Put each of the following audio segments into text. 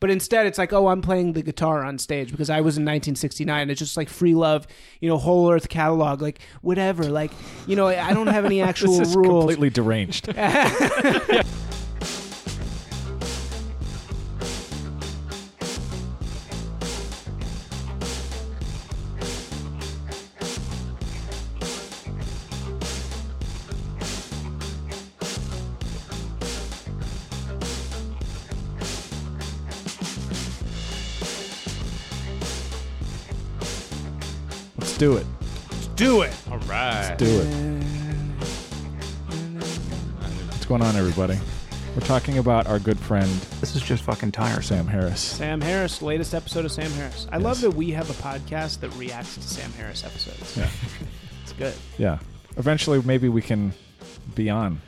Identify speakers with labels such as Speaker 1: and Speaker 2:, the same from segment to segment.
Speaker 1: But instead, it's like, oh, I'm playing the guitar on stage because I was in 1969. It's just like free love, you know, whole earth catalog, like whatever. Like, you know, I don't have any actual
Speaker 2: this is
Speaker 1: rules.
Speaker 2: completely deranged. Let's do it.
Speaker 1: Do it.
Speaker 3: All right.
Speaker 2: Do it. What's going on, everybody? We're talking about our good friend
Speaker 4: This is just fucking tiresome.
Speaker 2: Sam Harris.
Speaker 1: Sam Harris, latest episode of Sam Harris. I love
Speaker 2: Yes.
Speaker 1: that we have a podcast that reacts to Sam Harris episodes.
Speaker 2: Yeah.
Speaker 1: It's good.
Speaker 2: Yeah. Eventually, maybe we can be on.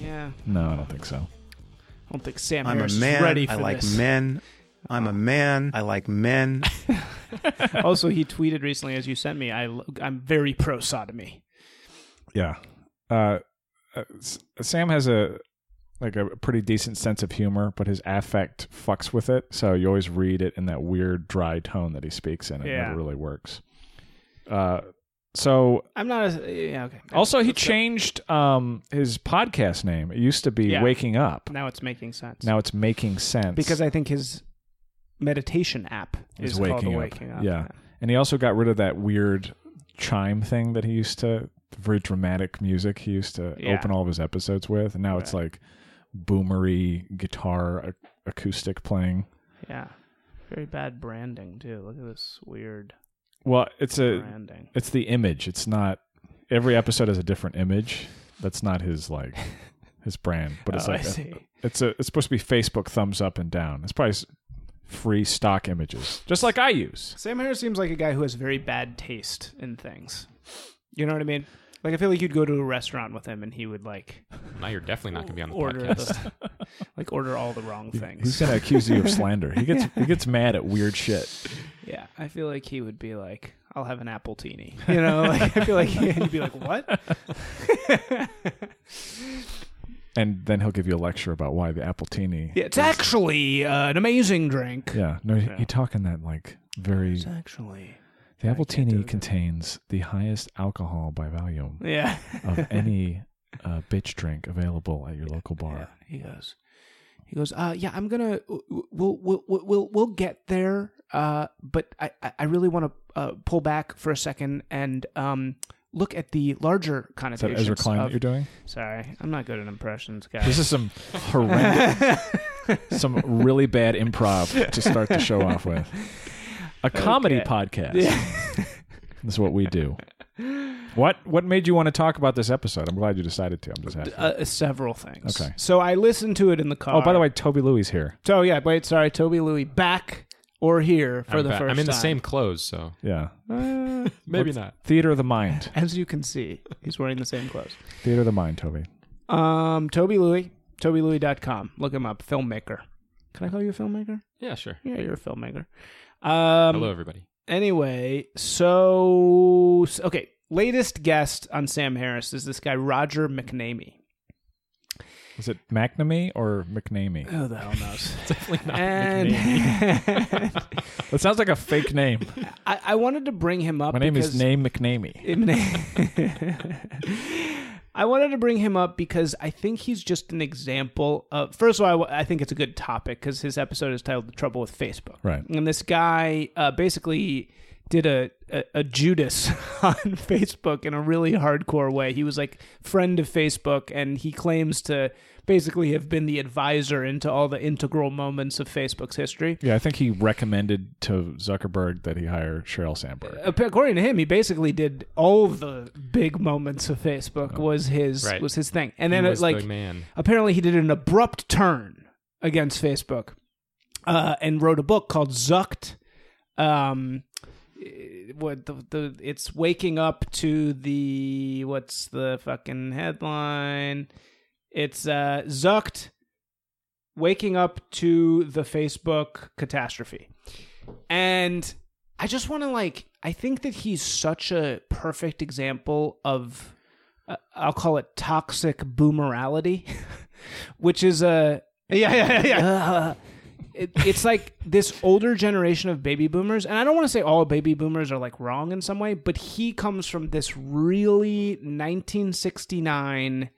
Speaker 1: Yeah.
Speaker 2: No, I don't think so.
Speaker 1: I don't think Sam
Speaker 4: I'm a
Speaker 1: Harris
Speaker 4: man.
Speaker 1: is ready for
Speaker 4: I like
Speaker 1: this. Uh,
Speaker 4: men. I'm a man. I like men.
Speaker 1: also, he tweeted recently, as you sent me, I, am very pro sodomy.
Speaker 2: Yeah. Uh, uh, S- Sam has a like a pretty decent sense of humor, but his affect fucks with it. So you always read it in that weird, dry tone that he speaks in. It
Speaker 1: Yeah.
Speaker 2: never really works. Uh, so
Speaker 1: I'm not a. Yeah, okay.
Speaker 2: also he changed um his podcast name. It used to be
Speaker 1: Yeah.
Speaker 2: Waking Up.
Speaker 1: Now it's making sense.
Speaker 2: Now it's making sense
Speaker 1: because I think his meditation app is
Speaker 2: It's
Speaker 1: called the Waking Up.
Speaker 2: Yeah. And he also got rid of that weird chime thing that he used to very dramatic music he used to
Speaker 1: Yeah.
Speaker 2: open all of his episodes with. And now it's like boomery guitar ac- acoustic playing.
Speaker 1: Yeah. Very bad branding too. Look at this weird
Speaker 2: Well, it's a
Speaker 1: branding.
Speaker 2: it's the image. It's not every episode has a different image. That's not his like his brand, but it's
Speaker 1: Oh, I
Speaker 2: like a-
Speaker 1: see.
Speaker 2: it's a it's supposed to be Facebook thumbs up and down. It's probably s- free stock images, just like I use.
Speaker 1: Sam Harris seems like a guy who has very bad taste in things. You know what I mean? Like I feel like you'd go to a restaurant with him and he would like
Speaker 3: Now you're definitely not going to be on the
Speaker 1: order
Speaker 3: podcast.
Speaker 1: the, like order all the wrong
Speaker 2: He's
Speaker 1: things.
Speaker 2: gonna accuse you of slander. He gets he gets mad at weird shit.
Speaker 1: Yeah, I feel like he would be like, "I'll have an apple teeny," you know. Like I feel like he'd be like, "What?"
Speaker 2: And then he'll give you a lecture about why the Appletini.
Speaker 1: Yeah, it's actually uh, an amazing drink.
Speaker 2: Yeah. No, he, he talking that like very.
Speaker 1: It's actually,
Speaker 2: The
Speaker 1: do
Speaker 2: Appletini
Speaker 1: it.
Speaker 2: contains the highest alcohol by volume
Speaker 1: yeah.
Speaker 2: of any uh, bitch drink available at your local
Speaker 1: Yeah,
Speaker 2: bar.
Speaker 1: he goes. He goes. Uh, yeah, I'm gonna. We'll we'll we'll we'll, we'll get there. Uh, but I I- I really want to uh, pull back for a second and um look at the larger
Speaker 2: Is that
Speaker 1: connotations.
Speaker 2: Ezra Klein
Speaker 1: of-
Speaker 2: that you're doing?
Speaker 1: Sorry, I'm not good at impressions,
Speaker 2: This
Speaker 1: guys.
Speaker 2: is some horrendous, some really bad improv to start the show off with. A comedy
Speaker 1: Okay.
Speaker 2: podcast. This is what we do. What what made you want to talk about this episode? I'm glad you decided to. I'm just happy.
Speaker 1: Uh, several things.
Speaker 2: Okay.
Speaker 1: So I listened to it in the car.
Speaker 2: oh, by the way, Toby Louie's here.
Speaker 1: So yeah, wait. Sorry, Toby Louie back or here for
Speaker 3: I'm
Speaker 1: the
Speaker 3: back.
Speaker 1: first.
Speaker 3: I'm in the
Speaker 1: time.
Speaker 3: same clothes, so
Speaker 2: Yeah.
Speaker 3: maybe not.
Speaker 2: Theater of the Mind.
Speaker 1: As you can see, he's wearing the same clothes.
Speaker 2: Theater of the Mind, Toby.
Speaker 1: Um, Toby Louie, TobyLouie.com. Look him up. Filmmaker. Can I call you a filmmaker?
Speaker 3: Yeah, sure.
Speaker 1: Yeah, you're a filmmaker. Um,
Speaker 3: Hello, everybody.
Speaker 1: Anyway, so s- okay, latest guest on Sam Harris is this guy Roger McNamee.
Speaker 2: Is it McNamee or McNamee?
Speaker 1: Who the hell knows?
Speaker 3: Definitely not.
Speaker 1: and
Speaker 2: That sounds like a fake name.
Speaker 1: I, I wanted to bring him up.
Speaker 2: My name is
Speaker 1: because-
Speaker 2: Name McNamee.
Speaker 1: I wanted to bring him up because I think he's just an example of. First of all, I w- I, think it's a good topic because his episode is titled "The Trouble with Facebook."
Speaker 2: Right.
Speaker 1: and this guy uh, basically did a, a a Judas on Facebook in a really hardcore way. He was like friend of Facebook, and he claims to basically have been the advisor into all the integral moments of Facebook's history.
Speaker 2: Yeah, I think he recommended to Zuckerberg that he hire Sheryl Sandberg.
Speaker 1: Uh, according to him, he basically did all of the big moments of Facebook was his
Speaker 3: Oh. Right.
Speaker 1: was his thing, and then
Speaker 3: He
Speaker 1: it,
Speaker 3: was
Speaker 1: like
Speaker 3: the man.
Speaker 1: apparently he did an abrupt turn against Facebook, uh, and wrote a book called Zucked. Um, eh, what the, the it's waking up to the what's the fucking headline? It's uh, Zucked, waking up to the Facebook catastrophe, and I just want to like I think that he's such a perfect example of uh, I'll call it toxic boomerality, which is a yeah yeah yeah. yeah. it, it's like this older generation of baby boomers, and I don't want to say all baby boomers are like wrong in some way, but he comes from this really 1969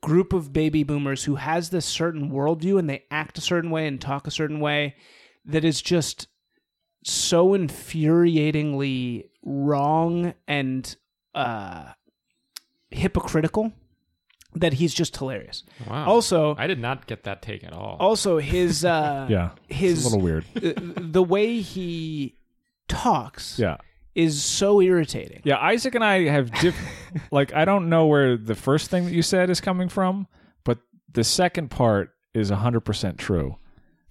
Speaker 1: group of baby boomers who has this certain worldview and they act a certain way and talk a certain way that is just so infuriatingly wrong and uh, hypocritical that he's just hilarious.
Speaker 3: Wow.
Speaker 1: Also,
Speaker 3: I did not get that take at all.
Speaker 1: also his uh,
Speaker 2: Yeah.
Speaker 1: his uh,
Speaker 2: It's a little weird.
Speaker 1: the way he talks
Speaker 2: Yeah.
Speaker 1: is so irritating.
Speaker 2: Yeah, Isaac and I have diff- like I don't know where the first thing that you said is coming from, but the second part is 100% true.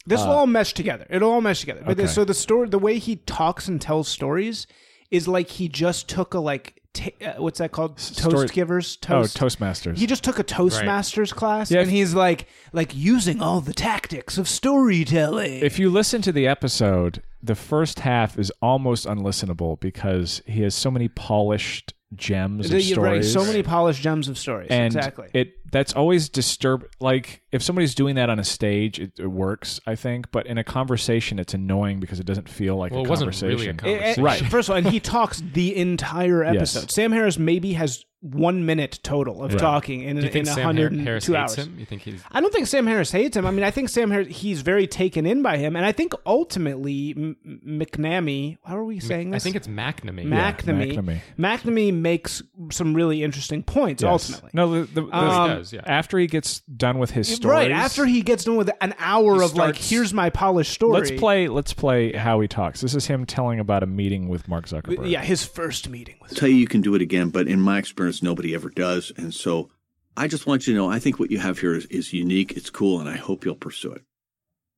Speaker 1: This will all mesh together. It'll all mesh together. But the-
Speaker 2: Uh, Okay.
Speaker 1: so the story, the way he talks and tells stories, is like he just took a like t- uh, what's that called? Toast
Speaker 2: story-
Speaker 1: givers.
Speaker 2: Oh,
Speaker 1: Toast.
Speaker 2: Toastmasters.
Speaker 1: He just took a Toastmasters class,
Speaker 2: Yeah,
Speaker 1: and
Speaker 2: if-
Speaker 1: he's like, like using all the tactics of storytelling.
Speaker 2: if you listen to the episode, the first half is almost unlistenable because he has so many polished gems of
Speaker 1: You're right,
Speaker 2: stories.
Speaker 1: so many polished gems of stories.
Speaker 2: and
Speaker 1: exactly.
Speaker 2: it that's always disturb like if somebody's doing that on a stage it, it works i think but in a conversation it's annoying because it doesn't feel like
Speaker 3: well,
Speaker 2: a
Speaker 3: it wasn't
Speaker 2: conversation
Speaker 3: really a
Speaker 1: It- it-
Speaker 3: conversation.
Speaker 2: Right.
Speaker 1: First of all, and he talks the entire
Speaker 2: Yes.
Speaker 1: episode. Sam Harris maybe has one minute total of talking in,
Speaker 3: Do you
Speaker 1: in
Speaker 3: think Sam Har- Harris
Speaker 1: 102
Speaker 3: hates
Speaker 1: hours.
Speaker 3: him? You think he's
Speaker 1: I don't think Sam Harris hates him. I mean, I think Sam Harris, he's very taken in by him. And I think ultimately, M- M- McNamee, how are we saying
Speaker 3: I
Speaker 1: this?
Speaker 3: think it's McNamee.
Speaker 1: McNamee.
Speaker 2: McNamee.
Speaker 1: McNamee makes some really interesting points
Speaker 2: Yes.
Speaker 1: ultimately.
Speaker 2: no the, the, the-
Speaker 1: Um,
Speaker 3: he does, yeah.
Speaker 2: after he gets done with his stories
Speaker 1: Right. After he gets done with an hour
Speaker 2: He
Speaker 1: of like,
Speaker 2: starts-
Speaker 1: here's my polished story.
Speaker 2: let's play let's play how he talks this is him telling about a meeting with mark zuckerberg
Speaker 1: Yeah, his first meeting with
Speaker 5: tell you you can do it again, but in my experience, nobody ever does. And so I just want you to know I think what you have here is, is unique, it's cool, and I hope you'll pursue it.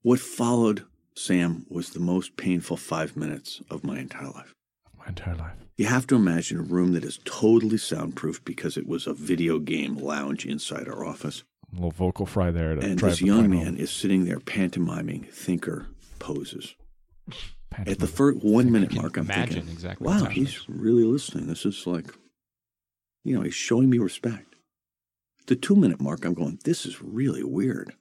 Speaker 5: What followed, Sam, was the most painful five minutes of my entire life.
Speaker 2: my entire life
Speaker 5: You have to imagine a room that is totally soundproofed because it was a video game lounge inside our office.
Speaker 2: a little vocal fry there to
Speaker 5: And
Speaker 2: drive
Speaker 5: this
Speaker 2: the
Speaker 5: young
Speaker 2: point
Speaker 5: man
Speaker 2: home.
Speaker 5: is sitting there pantomiming thinker poses.
Speaker 2: Patrick
Speaker 5: At the first one minute
Speaker 3: can
Speaker 5: mark, I'm
Speaker 3: imagine
Speaker 5: thinking,
Speaker 3: exactly what's
Speaker 5: wow,
Speaker 3: happening."
Speaker 5: he's really listening. This is like, you know, he's showing me respect. The two minute mark, I'm going, this is really weird.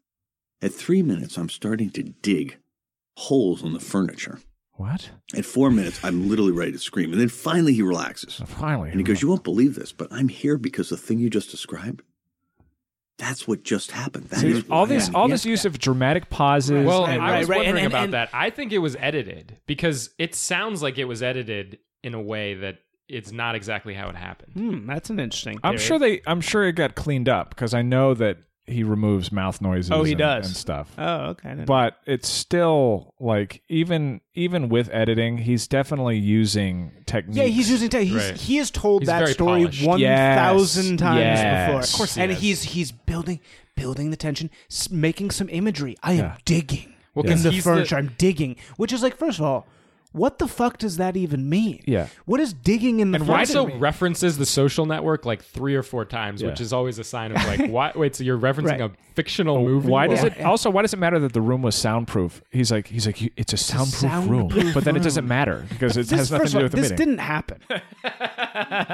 Speaker 5: At three minutes, I'm starting to dig holes in the furniture.
Speaker 2: what
Speaker 5: At four minutes, I'm literally ready to scream. And then finally, he relaxes.
Speaker 2: So finally
Speaker 5: And he goes, You won't believe this, but I'm here because the thing you just described, that's what just happened. That is
Speaker 2: See, all
Speaker 5: what
Speaker 2: this
Speaker 5: happened."
Speaker 2: all this use of dramatic pauses
Speaker 3: Well,
Speaker 1: Right,
Speaker 3: I was
Speaker 1: right, right. And-
Speaker 3: wondering
Speaker 1: and-
Speaker 3: about
Speaker 1: and-
Speaker 3: that. I think it was edited because it sounds like it was edited in a way that it's not exactly how it happened.
Speaker 1: Hmm, that's an interesting
Speaker 2: I'm
Speaker 1: theory.
Speaker 2: sure they. I'm sure it got cleaned up because I know that he removes mouth noises.
Speaker 1: Oh, he
Speaker 2: and,
Speaker 1: does.
Speaker 2: and stuff.
Speaker 1: Oh, okay. I didn't-
Speaker 2: But it's still like even even with editing, he's definitely using techniques.
Speaker 1: Yeah, he's using tech. He's,
Speaker 3: Right.
Speaker 1: He has told
Speaker 3: He's
Speaker 1: that
Speaker 3: very
Speaker 1: story
Speaker 3: polished.
Speaker 1: one thousand
Speaker 2: Yes.
Speaker 1: times
Speaker 2: Yes.
Speaker 1: before.
Speaker 2: Of course
Speaker 3: he
Speaker 1: and
Speaker 3: has.
Speaker 1: he's he's building building the tension, s- making some imagery. I am
Speaker 2: Yeah.
Speaker 1: digging
Speaker 3: Well,
Speaker 1: in
Speaker 3: 'cause
Speaker 1: the
Speaker 3: he's the-
Speaker 1: furniture. I'm digging, which is like, first of all, what the fuck does that even mean?
Speaker 2: Yeah.
Speaker 1: what is digging in the
Speaker 3: And
Speaker 1: furniture?
Speaker 3: Riso
Speaker 1: mean?
Speaker 3: references the social network like three or four times,
Speaker 2: Yeah.
Speaker 3: which is always a sign of like, why? Wait, so you're referencing
Speaker 1: Right. Oh,
Speaker 3: a fictional movie?
Speaker 2: Why does
Speaker 3: Or-
Speaker 2: it also? Why does it matter that the room was soundproof? He's like he's like "You- it's a soundproof, room,
Speaker 1: soundproof
Speaker 2: but then it doesn't
Speaker 1: room.
Speaker 2: matter because it
Speaker 1: this,
Speaker 2: has nothing
Speaker 1: first
Speaker 2: to do
Speaker 1: of
Speaker 2: with
Speaker 1: all,
Speaker 2: the
Speaker 1: this
Speaker 2: meeting.
Speaker 1: didn't happen.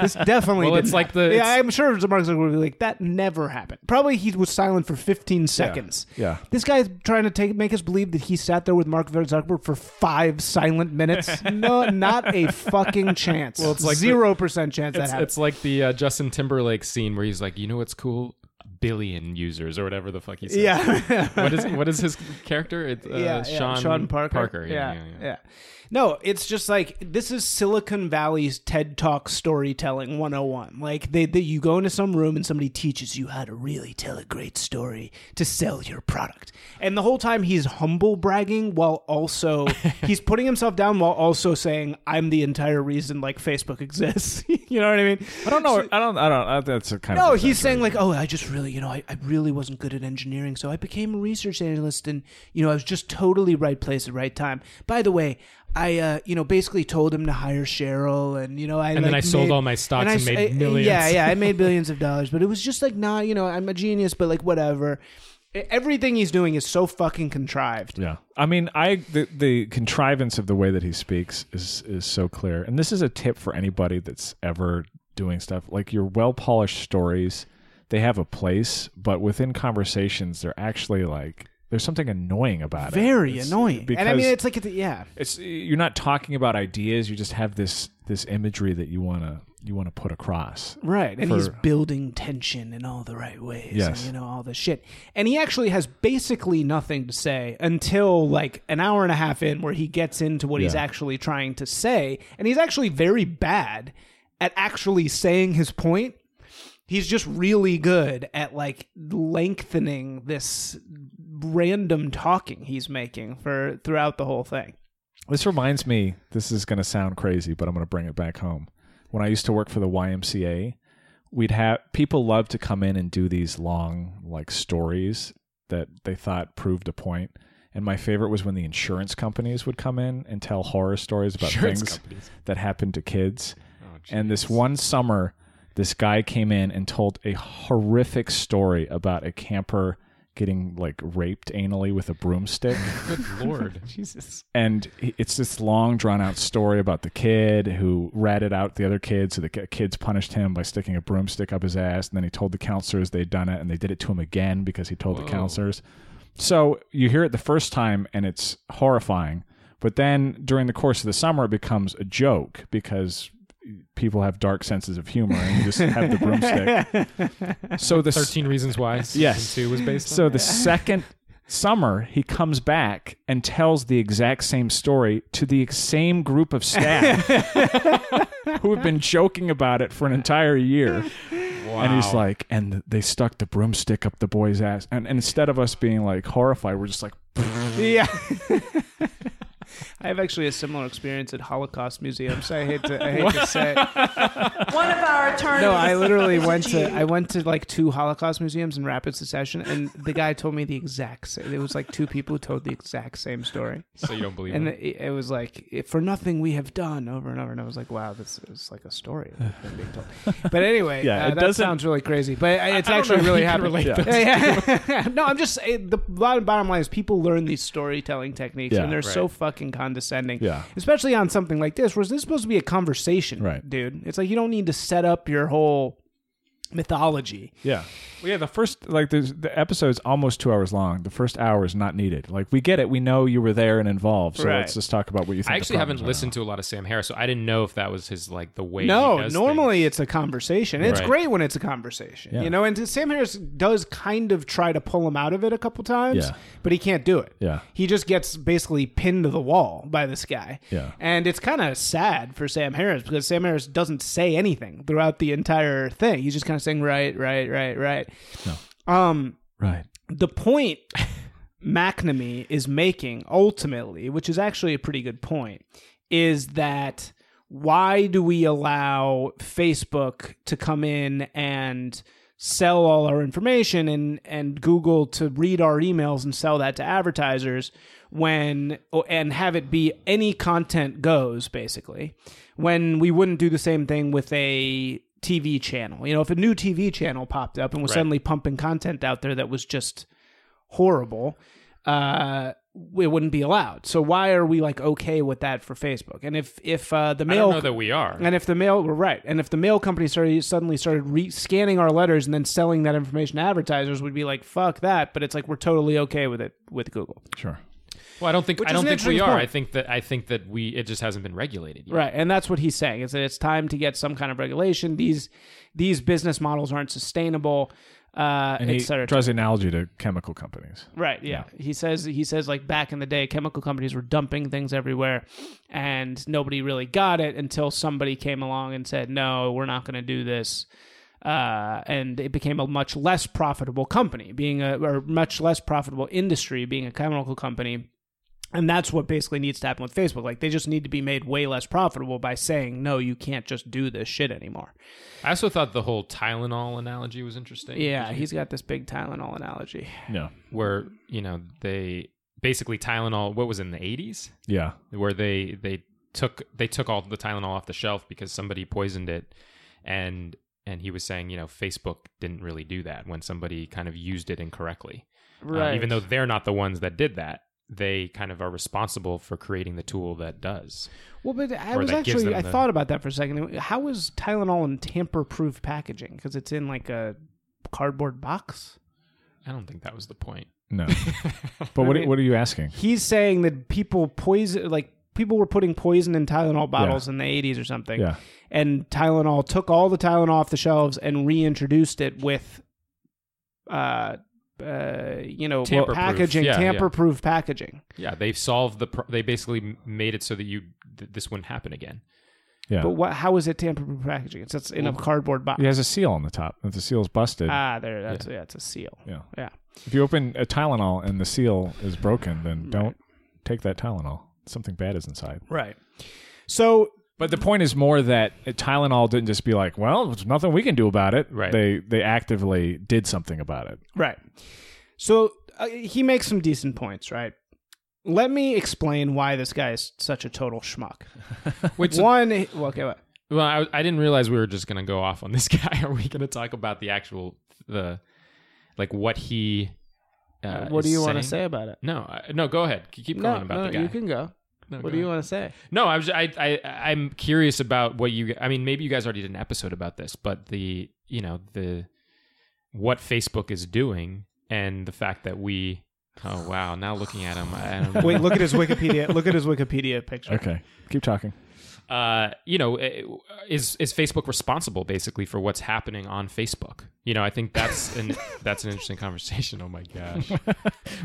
Speaker 1: this definitely.
Speaker 3: Well,
Speaker 1: didn't
Speaker 3: it's like the-
Speaker 1: happen. Yeah,
Speaker 3: it's-
Speaker 1: I'm sure Mark Zuckerberg would be like, that never happened. Probably he was silent for 15 seconds.
Speaker 2: yeah.
Speaker 1: This guy's trying to take make us believe that he sat there with Mark Zuckerberg for five silent minutes. no, not a fucking chance. Well,
Speaker 3: it's like the-
Speaker 1: zero percent chance that
Speaker 3: It's,
Speaker 1: happened.
Speaker 3: it's like the uh, Justin Timberlake scene where he's like, you know what's cool? A billion users or whatever the fuck he says.
Speaker 1: yeah.
Speaker 3: what is what is his character? It's uh,
Speaker 1: yeah, yeah,
Speaker 3: Sean,
Speaker 1: Sean Parker.
Speaker 3: Yeah, yeah, yeah.
Speaker 1: No, it's just like this is Silicon Valley's TED Talk storytelling 101. Like they, they you go into some room and somebody teaches you how to really tell a great story to sell your product. And the whole time he's humble bragging while also he's putting himself down while also saying I'm the entire reason like Facebook exists. you know what I mean?
Speaker 2: I don't know. I don't. I don't. I, that's a kind
Speaker 1: No,
Speaker 2: of.
Speaker 1: he's saying like, oh, I just really, you know, I, I really wasn't good at engineering, so I became a research analyst, and you know, I was just totally right place at right time. By the way, I, uh, you know, basically told him to hire Cheryl, and you know, I
Speaker 3: And then
Speaker 1: like,
Speaker 3: I sold
Speaker 1: made-
Speaker 3: all my stocks
Speaker 1: I
Speaker 3: and
Speaker 1: s-
Speaker 3: made
Speaker 1: I-
Speaker 3: millions.
Speaker 1: Yeah, yeah, I made billions of dollars, but it was just like not, you know, I'm a genius, but like whatever. E- Everything he's doing is so fucking contrived.
Speaker 2: Yeah, I mean, I the, the contrivance of the way that he speaks is is so clear, and this is a tip for anybody that's ever doing stuff like your well polished stories. They have a place, but within conversations, they're actually like There's something annoying about it.
Speaker 1: Very
Speaker 2: It's-
Speaker 1: annoying.
Speaker 2: Because
Speaker 1: and I mean, it's like, it's, yeah.
Speaker 2: it's you're not talking about ideas. You just have this this imagery that you wanna you wanna put across.
Speaker 1: Right. And he's
Speaker 2: for-
Speaker 1: building tension in all the right ways. And,
Speaker 2: Yes.
Speaker 1: you know, all this shit. And he actually has basically nothing to say until like an hour and a half in where he gets into what he's
Speaker 2: Yeah.
Speaker 1: actually trying to say. And he's actually very bad at actually saying his point. He's just really good at like lengthening this random talking he's making for throughout the whole thing.
Speaker 2: This reminds me, this is going to sound crazy, but I'm going to bring it back home. When I used to work for the YMCA, we'd have people love to come in and do these long like stories that they thought proved a point. And my favorite was when the insurance companies would come in and tell horror stories about
Speaker 3: Insurance
Speaker 2: things
Speaker 3: companies.
Speaker 2: that happened to kids. and this one summer, this guy came in and told a horrific story about a camper getting like raped anally with a broomstick
Speaker 3: Good lord.
Speaker 1: Jesus.
Speaker 2: and he- it's this long drawn out story about the kid who ratted out the other kids so the ki- kids punished him by sticking a broomstick up his ass and then he told the counselors they'd done it and they did it to him again because he told the counselors so you hear it the first time and it's horrifying but then during the course of the summer it becomes a joke because people have dark senses of humor and you just have the broomstick so the
Speaker 3: Thirteen Reasons Why. Season
Speaker 2: Yes.
Speaker 3: Two was based.
Speaker 2: so
Speaker 3: on?
Speaker 2: the second summer, he comes back and tells the exact same story to the same group of staff who have been joking about it for an entire year.
Speaker 3: wow.
Speaker 2: And he's like, and they stuck the broomstick up the boy's ass. And, and instead of us being like horrified, we're just like,
Speaker 1: Yeah. I have actually a similar experience at Holocaust museums. I hate to, I hate to say. It.
Speaker 6: One of our attorneys.
Speaker 1: No, I literally went to I went to like two Holocaust museums in rapid succession, and the guy told me the exact same. It was like two people who told the exact same story,
Speaker 3: so you don't believe
Speaker 1: and
Speaker 3: him.
Speaker 1: it, it was like for nothing we have done over and over. And I was like, wow, this is like a story that's been being told. But anyway,
Speaker 2: Yeah,
Speaker 1: yeah,
Speaker 2: it
Speaker 1: that
Speaker 2: doesn't-
Speaker 1: sounds really crazy, but I- it's
Speaker 3: I don't know
Speaker 1: actually
Speaker 3: if
Speaker 1: really
Speaker 3: you can
Speaker 1: happening.
Speaker 3: relate
Speaker 2: Yeah.
Speaker 3: those.
Speaker 1: no, I'm just it, the bottom, bottom line is people learn these storytelling techniques,
Speaker 2: Yeah.
Speaker 1: and they're so
Speaker 3: Right.
Speaker 1: fucking condescending.
Speaker 2: Yeah.
Speaker 1: especially on something like this, where this is supposed to be a conversation,
Speaker 2: Right.
Speaker 1: dude. It's like you don't need to set up your whole mythology.
Speaker 2: Yeah. Well, yeah, the first like there's, the episode's almost two hours long. The first hour is not needed. Like we get it. We know you were there and involved. So
Speaker 1: Right.
Speaker 2: let's just talk about what you think.
Speaker 3: I
Speaker 2: the
Speaker 3: actually haven't
Speaker 2: problems are.
Speaker 3: listened to a lot of Sam Harris, so I didn't know if that was his like the way. he
Speaker 1: No,
Speaker 3: does
Speaker 1: normally
Speaker 3: things.
Speaker 1: it's a conversation. It's
Speaker 3: Right.
Speaker 1: great when it's a conversation,
Speaker 2: Yeah.
Speaker 1: you know. And Sam Harris does kind of try to pull him out of it a couple times,
Speaker 2: Yeah.
Speaker 1: but he can't do it.
Speaker 2: Yeah.
Speaker 1: he just gets basically pinned to the wall by this guy.
Speaker 2: Yeah.
Speaker 1: and it's kind of sad for Sam Harris because Sam Harris doesn't say anything throughout the entire thing. He's just kind of saying right, right, right, right. No. Um,
Speaker 2: Right.
Speaker 1: the point McNamee is making ultimately, which is actually a pretty good point, is that why do we allow Facebook to come in and sell all our information and and Google to read our emails and sell that to advertisers when oh, and have it be any content goes basically when we wouldn't do the same thing with a TV channel. You know, if a new TV channel popped up and was suddenly pumping content out there that was just horrible, uh, it wouldn't be allowed. So why are we like okay with that for Facebook? And if if uh, the
Speaker 3: I
Speaker 1: mail
Speaker 3: don't know that we are.
Speaker 1: and if the mail were right, and if the mail company started suddenly started re- scanning our letters and then selling that information to advertisers, we'd be like, "Fuck that!" But it's like we're totally okay with it with Google,
Speaker 2: Sure.
Speaker 3: well, I don't think
Speaker 1: Which
Speaker 3: I
Speaker 1: is
Speaker 3: don't
Speaker 1: an
Speaker 3: think we
Speaker 1: interesting
Speaker 3: are.
Speaker 1: point.
Speaker 3: I think that I think that we it just hasn't been regulated yet.
Speaker 1: right? And that's what he's saying is that it's time to get some kind of regulation. These these business models aren't sustainable, uh,
Speaker 2: And
Speaker 1: et
Speaker 2: he
Speaker 1: cetera. et
Speaker 2: draws the analogy to chemical companies.
Speaker 1: Right. Yeah. He says he says like back in the day, chemical companies were dumping things everywhere, and nobody really got it until somebody came along and said, "No, we're not going to do this." Uh, and it became a much less profitable company, being a or much less profitable industry, being a chemical company. And that's what basically needs to happen with Facebook. Like they just need to be made way less profitable by saying, "No, you can't just do this shit anymore."
Speaker 3: I also thought the whole Tylenol analogy was interesting.
Speaker 1: Yeah, he's got this big Tylenol analogy.
Speaker 2: Yeah.
Speaker 3: where you know they basically Tylenol. What was it, in the eighties?
Speaker 2: Yeah.
Speaker 3: where they they took they took all the Tylenol off the shelf because somebody poisoned it, and and he was saying you know Facebook didn't really do that when somebody kind of used it incorrectly, Uh, even though they're not the ones that did that, they kind of are responsible for creating the tool that does.
Speaker 1: Well, but I
Speaker 3: Or
Speaker 1: was
Speaker 3: that gives
Speaker 1: actually
Speaker 3: them
Speaker 1: I
Speaker 3: the-
Speaker 1: thought about that for a second. How is Tylenol in tamper-proof packaging? Because it's in like a cardboard box.
Speaker 3: I don't think that was the point.
Speaker 2: No. But what, what are you asking?
Speaker 1: He's saying that people poison, like people were putting poison in Tylenol bottles in the 80s or something.
Speaker 2: Yeah.
Speaker 1: And Tylenol took all the Tylenol off the shelves and reintroduced it with, uh, uh, you know,
Speaker 3: Tamper-proof.
Speaker 1: packaging,
Speaker 3: Yeah, yeah.
Speaker 1: tamper-proof packaging.
Speaker 3: Yeah, they solved the. Pro- they basically m- made it so that you th- this wouldn't happen again.
Speaker 2: Yeah.
Speaker 1: But what? How is it tamper-proof packaging? It's, it's in a cardboard box.
Speaker 2: It has a seal on the top. If the seal's busted,
Speaker 1: Ah, there. That's yeah. It's a seal.
Speaker 2: Yeah.
Speaker 1: Yeah.
Speaker 2: if you open a Tylenol and the seal is broken, then don't take that Tylenol. Something bad is inside.
Speaker 1: Right. So
Speaker 2: But the point is more that Tylenol didn't just be like, "Well, there's nothing we can do about it."
Speaker 3: Right.
Speaker 2: They they actively did something about it.
Speaker 1: Right. So uh, he makes some decent points, right? Let me explain why this guy is such a total schmuck.
Speaker 3: Which
Speaker 1: One, well, okay, what?
Speaker 3: well, I, I didn't realize we were just gonna go off on this guy. Are we gonna talk about the actual the like what he? Uh,
Speaker 1: what do
Speaker 3: is
Speaker 1: you want to
Speaker 3: saying?
Speaker 1: say about it?
Speaker 3: No, I- no. Go ahead. Keep going about the guy.
Speaker 1: you can go.
Speaker 3: No,
Speaker 1: what
Speaker 3: go
Speaker 1: do you
Speaker 3: ahead.
Speaker 1: want to say?
Speaker 3: No, I was I, I I'm curious about what you I mean maybe you guys already did an episode about this, but the you know the what Facebook is doing and the fact that we oh wow now looking at him I don't know.
Speaker 1: Wait, look at his Wikipedia. look at his Wikipedia picture.
Speaker 2: Okay. Keep talking.
Speaker 3: uh, you know eh, is is Facebook responsible basically for what's happening on Facebook? You know I think that's an that's an interesting conversation. Oh my gosh,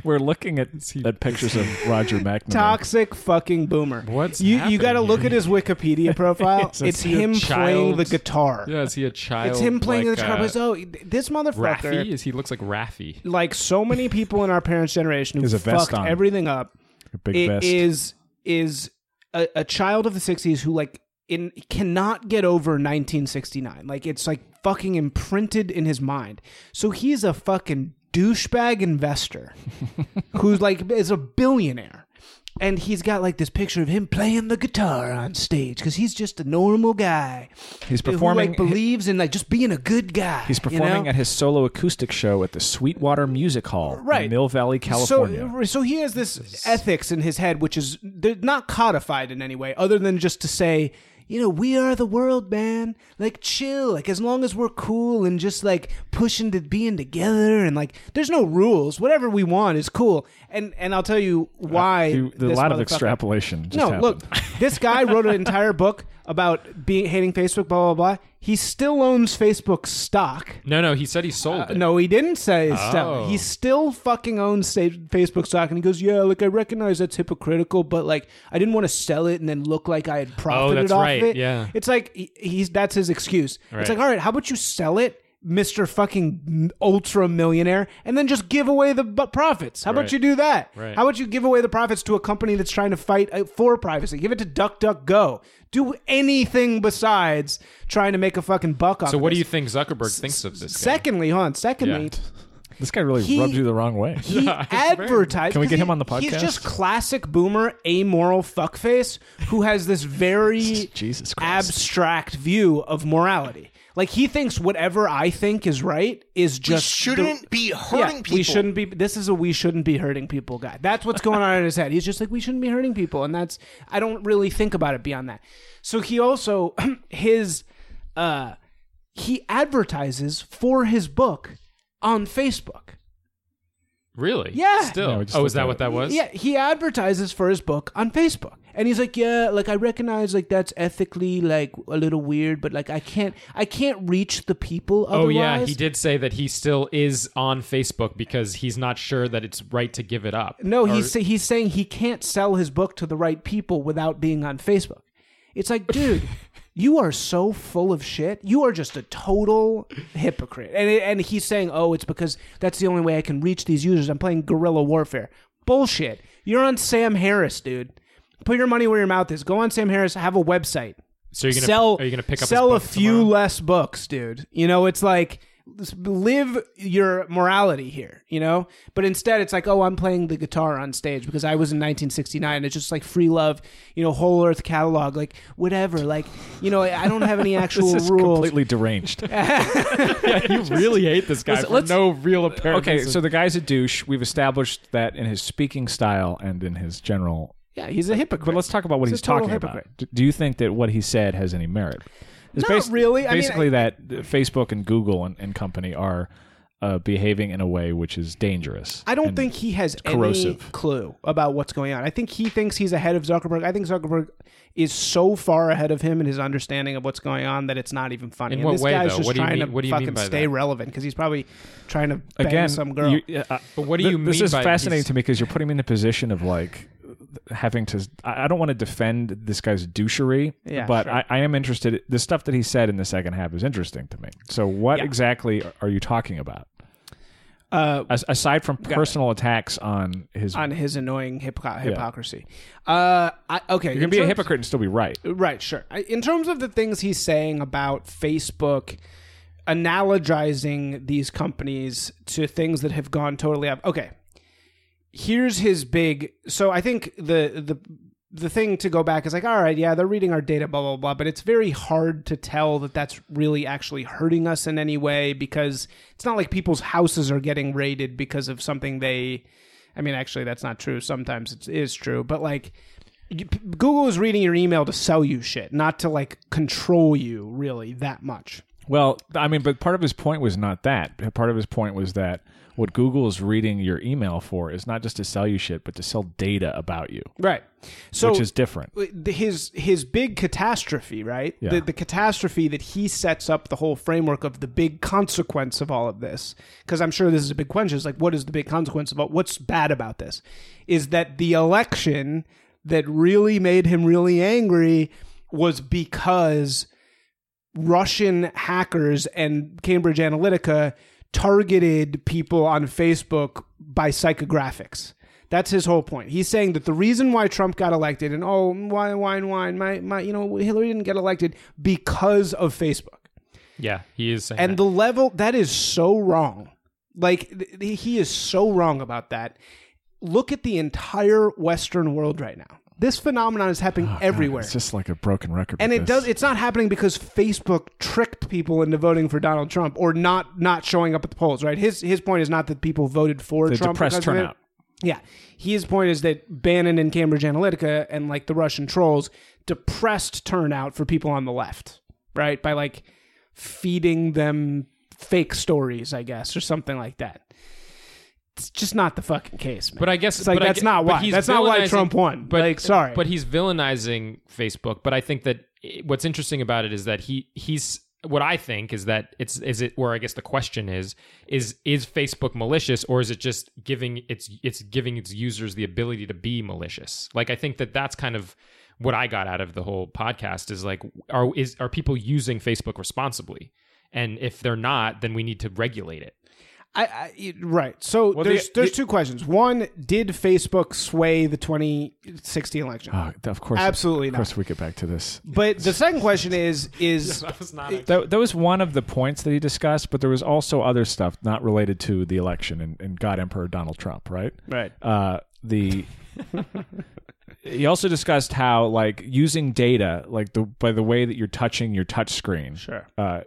Speaker 2: We're looking at, at pictures of Roger McNamara.
Speaker 1: Toxic fucking boomer.
Speaker 3: What's
Speaker 1: you? You
Speaker 3: happening
Speaker 1: got to
Speaker 3: here?
Speaker 1: look at his Wikipedia profile.
Speaker 2: Yes, I
Speaker 1: it's
Speaker 2: see a
Speaker 1: him playing
Speaker 3: child.
Speaker 1: the guitar.
Speaker 3: yeah, is he a child?
Speaker 1: it's him playing
Speaker 3: like,
Speaker 1: the guitar.
Speaker 3: uh,
Speaker 1: It's, oh, this motherfucker.
Speaker 3: Raffy is he looks like Raffy?
Speaker 1: Like so many people in our parents' generation
Speaker 2: He has
Speaker 1: who
Speaker 2: a vest
Speaker 1: fucked
Speaker 2: on.
Speaker 1: everything up.
Speaker 2: A big
Speaker 1: It
Speaker 2: vest.
Speaker 1: is is a, a child of the 60s who like in cannot get over 1969 like it's like fucking imprinted in his mind so he's a fucking douchebag investor who's like is a billionaire and he's got like this picture of him playing the guitar on stage because he's just a normal guy
Speaker 2: He's
Speaker 1: who,
Speaker 2: performing-
Speaker 1: like believes in like just being a good guy
Speaker 2: He's performing
Speaker 1: you know?
Speaker 2: at his solo acoustic show at the Sweetwater Music Hall
Speaker 1: Right.
Speaker 2: in Mill Valley, California.
Speaker 1: So, so he has this ethics in his head, which is they're not codified in any way, other than just to say, you know, we are the world, man. Like, chill. Like, as long as we're cool and just like pushing to being together, and like, there's no rules. Whatever we want is cool. And and I'll tell you why.
Speaker 2: You- there's a
Speaker 1: this
Speaker 2: Uh, lot of
Speaker 1: motherfucker-
Speaker 2: extrapolation. Just
Speaker 1: no,
Speaker 2: happened.
Speaker 1: look, this guy wrote an entire book about being hating Facebook, blah blah blah. He still owns Facebook stock.
Speaker 3: No, no, he said he sold it.
Speaker 1: Uh, No, he didn't say oh.
Speaker 3: Oh.
Speaker 1: He still fucking owns sta- Facebook stock, and he goes, "Yeah, like I recognize that's hypocritical, but like I didn't want to sell it and then look like I had profited
Speaker 3: Oh, that's
Speaker 1: off
Speaker 3: right,
Speaker 1: it."
Speaker 3: yeah.
Speaker 1: it's like he- he's that's his excuse.
Speaker 3: Right.
Speaker 1: It's like, all right, how about you sell it? Mr. fucking ultra millionaire, and then just give away the bu- profits. How
Speaker 3: Right.
Speaker 1: about you do that?
Speaker 3: Right.
Speaker 1: How about you give away the profits to a company that's trying to fight uh, for privacy? Give it to DuckDuckGo. Do anything besides trying to make a fucking buck off
Speaker 3: So
Speaker 1: of
Speaker 3: what do
Speaker 1: this.
Speaker 3: you think Zuckerberg thinks of this? guy?
Speaker 1: Secondly, hon, secondly,
Speaker 3: Yeah.
Speaker 2: this guy really
Speaker 1: he-
Speaker 2: rubbed you the wrong way.
Speaker 1: he advertised.
Speaker 2: Can we get
Speaker 1: 'cause
Speaker 2: him on the
Speaker 1: he- He's
Speaker 2: podcast?
Speaker 1: just classic boomer, amoral fuckface who has this very
Speaker 2: Jesus Christ.
Speaker 1: abstract view of morality. Like he thinks whatever I think is right is just
Speaker 7: shouldn't
Speaker 1: the-
Speaker 7: be hurting
Speaker 1: Yeah,
Speaker 7: people.
Speaker 1: We shouldn't be. This is a we shouldn't be hurting people guy. That's what's going on in his head. He's just like we shouldn't be hurting people, and that's I don't really think about it beyond that. So he also his uh he advertises for his book on Facebook.
Speaker 3: Really?
Speaker 1: Yeah.
Speaker 3: Still.
Speaker 2: Yeah, we just
Speaker 3: oh,
Speaker 2: looked
Speaker 3: is that
Speaker 2: at
Speaker 3: what
Speaker 2: it.
Speaker 3: that was?
Speaker 1: Yeah, he advertises for his book on Facebook. And he's like, "Yeah, like I recognize like that's ethically like a little weird, but like I can't I can't reach the people
Speaker 3: Oh
Speaker 1: otherwise."
Speaker 3: yeah, he did say that he still is on Facebook because he's not sure that it's right to give it up.
Speaker 1: No, he's sa- he's saying he can't sell his book to the right people without being on Facebook. It's like, dude, you are so full of shit. You are just a total hypocrite. And it, and he's saying, "Oh, it's because that's the only way I can reach these users. I'm playing guerrilla warfare." Bullshit. You're on Sam Harris, dude. Put your money where your mouth is. Go on Sam Harris, have a website.
Speaker 3: So you're gonna
Speaker 1: sell
Speaker 3: are you gonna pick up
Speaker 1: sell
Speaker 3: his book
Speaker 1: a few
Speaker 3: tomorrow?
Speaker 1: less books, dude. You know, it's like s- live your morality here, you know? But instead it's like, "Oh, I'm playing the guitar on stage because I was in 1969." It's just like free love, you know, whole earth catalog, like whatever, like, you know, I don't have any actual
Speaker 2: This is
Speaker 1: rules.
Speaker 2: completely deranged.
Speaker 3: you really hate this guy
Speaker 2: Listen,
Speaker 3: for
Speaker 2: let's-
Speaker 3: no real apparent.
Speaker 2: okay,
Speaker 3: reason.
Speaker 2: so the guy's a douche. We've established that in his speaking style and in his general.
Speaker 1: yeah, he's a hypocrite.
Speaker 2: But let's talk about what
Speaker 1: He's a
Speaker 2: he's
Speaker 1: total
Speaker 2: talking
Speaker 1: hypocrite.
Speaker 2: about. D- Do you think that what he said has any merit? It's
Speaker 1: Not really. I mean,
Speaker 2: Basically,
Speaker 1: I-
Speaker 2: that Facebook and Google and, and company are uh, behaving in a way which is dangerous.
Speaker 1: I don't
Speaker 2: And-
Speaker 1: think he has any
Speaker 2: corrosive.
Speaker 1: clue about what's going on. I think he thinks he's ahead of Zuckerberg. I think Zuckerberg is so far ahead of him in his understanding of what's going on that it's not even funny.
Speaker 3: In
Speaker 1: and
Speaker 3: what
Speaker 1: this
Speaker 3: way,
Speaker 1: guy's
Speaker 3: though?
Speaker 1: just
Speaker 3: What do you
Speaker 1: trying
Speaker 3: mean-
Speaker 1: to
Speaker 3: what do you mean
Speaker 1: fucking
Speaker 3: by
Speaker 1: stay
Speaker 3: that?
Speaker 1: relevant because he's probably trying to bang
Speaker 2: again
Speaker 1: some girl.
Speaker 2: you- yeah, I-
Speaker 3: But what do
Speaker 2: th-
Speaker 3: you
Speaker 2: this
Speaker 3: mean
Speaker 2: is
Speaker 3: by
Speaker 2: fascinating
Speaker 3: he's-
Speaker 2: to me because you're putting me in the position of like having to. I I don't want to defend this guy's douchery,
Speaker 1: Yeah,
Speaker 2: but
Speaker 1: sure.
Speaker 2: I, I am interested. The stuff that he said in the second half is interesting to me. So, what
Speaker 1: Yeah.
Speaker 2: exactly are you talking about?
Speaker 1: uh,
Speaker 2: As, aside from personal attacks on his,
Speaker 1: on his annoying hypocr- hypocrisy. Uh, I, okay,
Speaker 2: you're gonna be a hypocrite and still be right.
Speaker 1: Right, sure. I- In terms of the things he's saying about Facebook analogizing these companies to things that have gone totally up. Okay. Here's his big so I think the the the thing to go back is like, all right, yeah, they're reading our data, blah blah blah, but it's very hard to tell that that's really actually hurting us in any way because it's not like people's houses are getting raided because of something they. I mean, actually, that's not true. Sometimes it is true, but like, you- p- Google is reading your email to sell you shit, not to like control you really that much.
Speaker 2: Well, I mean, but part of his point was not that. Part of his point was that what Google is reading your email for is not just to sell you shit, but to sell data about you,
Speaker 1: Right. So
Speaker 2: which is different.
Speaker 1: the- his his big catastrophe, right?
Speaker 2: Yeah.
Speaker 1: The, the catastrophe that he sets up the whole framework of the big consequence of all of this. Because I'm sure this is a big question. Is like, what is the big consequence about what's bad about this? Is that the election that really made him really angry was because Russian hackers and Cambridge Analytica targeted people on Facebook by psychographics. That's his whole point. He's saying that the reason why Trump got elected and oh wine wine wine my my you know Hillary didn't get elected because of Facebook.
Speaker 3: Yeah, he is saying
Speaker 1: And the level that is so wrong. Like th- th- he is so wrong about that. Look at the entire western world right now. This phenomenon is happening everywhere.
Speaker 2: Oh, It's just like a broken record.
Speaker 1: And
Speaker 2: with
Speaker 1: it
Speaker 2: this.
Speaker 1: does. It's not happening because Facebook tricked people into voting for Donald Trump or not not showing up at the polls. Right. His his point is not that people voted for
Speaker 2: the
Speaker 1: Trump.
Speaker 2: depressed
Speaker 1: because of it.
Speaker 2: turnout.
Speaker 1: Yeah. His point is that Bannon and Cambridge Analytica and like the Russian trolls depressed turnout for people on the left. Right. By like feeding them fake stories, I guess, or something like that. It's just not the fucking case, man.
Speaker 3: But I guess
Speaker 1: It's like,
Speaker 3: but I
Speaker 1: that's
Speaker 3: ge-
Speaker 1: not
Speaker 3: but
Speaker 1: why.
Speaker 3: he's
Speaker 1: That's not why
Speaker 3: villainizing-
Speaker 1: Trump won.
Speaker 3: But
Speaker 1: Like, sorry.
Speaker 3: but he's villainizing Facebook. But I think that i- what's interesting about it is that he he's what I think is that it's is it where I guess the question is is is Facebook malicious or is it just giving its it's giving its users the ability to be malicious? Like I think that that's kind of what I got out of the whole podcast is like are is are people using Facebook responsibly? And if they're not, then we need to regulate it.
Speaker 1: I, I it- right. So
Speaker 2: Well,
Speaker 1: there's
Speaker 2: the-
Speaker 1: there's
Speaker 2: the-
Speaker 1: two questions. One, did Facebook sway the 2016 election?
Speaker 2: Oh, of course,
Speaker 1: Absolutely
Speaker 2: Of
Speaker 1: not.
Speaker 2: course, we get back to this.
Speaker 1: but the second question is is
Speaker 2: That, that was one of the points that he discussed, but there was also other stuff not related to the election and, and God Emperor Donald Trump, right?
Speaker 1: right.
Speaker 2: Uh, the he also discussed how like using data, like the by the way that you're touching your touch screen,
Speaker 1: Sure.
Speaker 2: uh,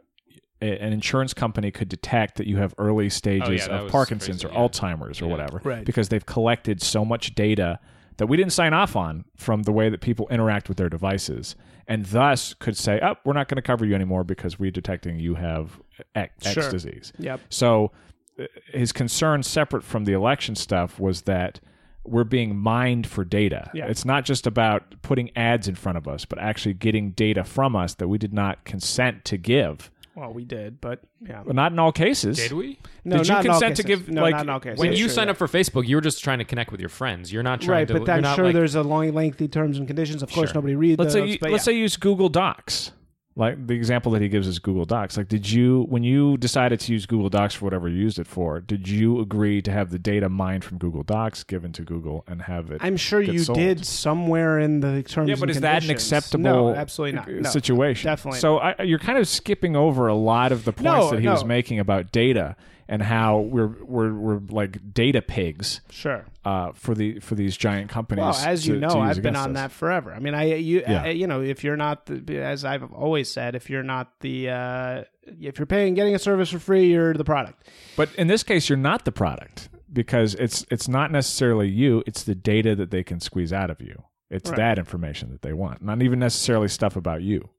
Speaker 2: a- an insurance company could detect that you have
Speaker 1: Oh,
Speaker 2: early stages
Speaker 3: that
Speaker 2: of
Speaker 3: was
Speaker 2: Parkinson's
Speaker 3: crazy,
Speaker 2: or
Speaker 3: yeah.
Speaker 2: Alzheimer's or whatever,
Speaker 1: Right.
Speaker 2: because they've collected so much data that we didn't sign off on from the way that people interact with their devices, and thus could say, "Oh, we're not going to cover you anymore because we're detecting you have X, X
Speaker 1: Sure.
Speaker 2: disease."
Speaker 1: Yep.
Speaker 2: So uh, his concern, separate from the election stuff, was that we're being mined for data.
Speaker 1: Yeah.
Speaker 2: It's not just about putting ads in front of us, but actually getting data from us that we did not consent to give.
Speaker 1: Well, we did, but yeah.
Speaker 2: Well, not in all cases.
Speaker 3: Did we?
Speaker 1: No,
Speaker 2: did you
Speaker 1: not in all
Speaker 2: consent to
Speaker 1: cases.
Speaker 2: give
Speaker 1: No,
Speaker 2: like
Speaker 1: not in all cases.
Speaker 3: when
Speaker 1: Yeah,
Speaker 3: you
Speaker 1: sure,
Speaker 3: sign
Speaker 1: yeah.
Speaker 3: up for Facebook, you're just trying to connect with your friends. You're not trying
Speaker 1: Right,
Speaker 3: to.
Speaker 1: but
Speaker 3: you're
Speaker 1: I'm
Speaker 3: not
Speaker 1: sure
Speaker 3: like-
Speaker 1: there's a long, lengthy terms and conditions. Of course,
Speaker 3: Sure.
Speaker 1: nobody reads
Speaker 2: let's
Speaker 1: those.
Speaker 2: say you,
Speaker 1: but
Speaker 2: let's
Speaker 1: yeah.
Speaker 2: say you use Google Docs. Like the example that he gives is Google Docs. Like, did you when you decided to use Google Docs for whatever you used it for? Did you agree to have the data mined from Google Docs given to Google and have it?
Speaker 1: I'm sure
Speaker 2: get
Speaker 1: you
Speaker 2: sold?
Speaker 1: did somewhere in the terms.
Speaker 2: Yeah, but
Speaker 1: and
Speaker 2: is that an
Speaker 1: conditions.
Speaker 2: acceptable
Speaker 1: No, absolutely not.
Speaker 2: uh,
Speaker 1: No.
Speaker 2: situation?
Speaker 1: definitely
Speaker 2: So I, you're kind of skipping over a lot of the points
Speaker 1: No,
Speaker 2: that he
Speaker 1: no.
Speaker 2: was making about data and how we're we're we're like data pigs
Speaker 1: Sure.
Speaker 2: uh, for the for these giant companies.
Speaker 1: Well, as you
Speaker 2: to-
Speaker 1: know,
Speaker 2: to use
Speaker 1: I've been
Speaker 2: against
Speaker 1: on
Speaker 2: us.
Speaker 1: that forever. I mean, I you
Speaker 2: Yeah.
Speaker 1: I- you know, if you're not the, as I've always said, if you're not the uh, if you're paying getting a service for free, you're the product.
Speaker 2: But in this case, you're not the product because it's it's not necessarily you. It's the data that they can squeeze out of you. It's
Speaker 1: Right.
Speaker 2: that information that they want, not even necessarily stuff about you.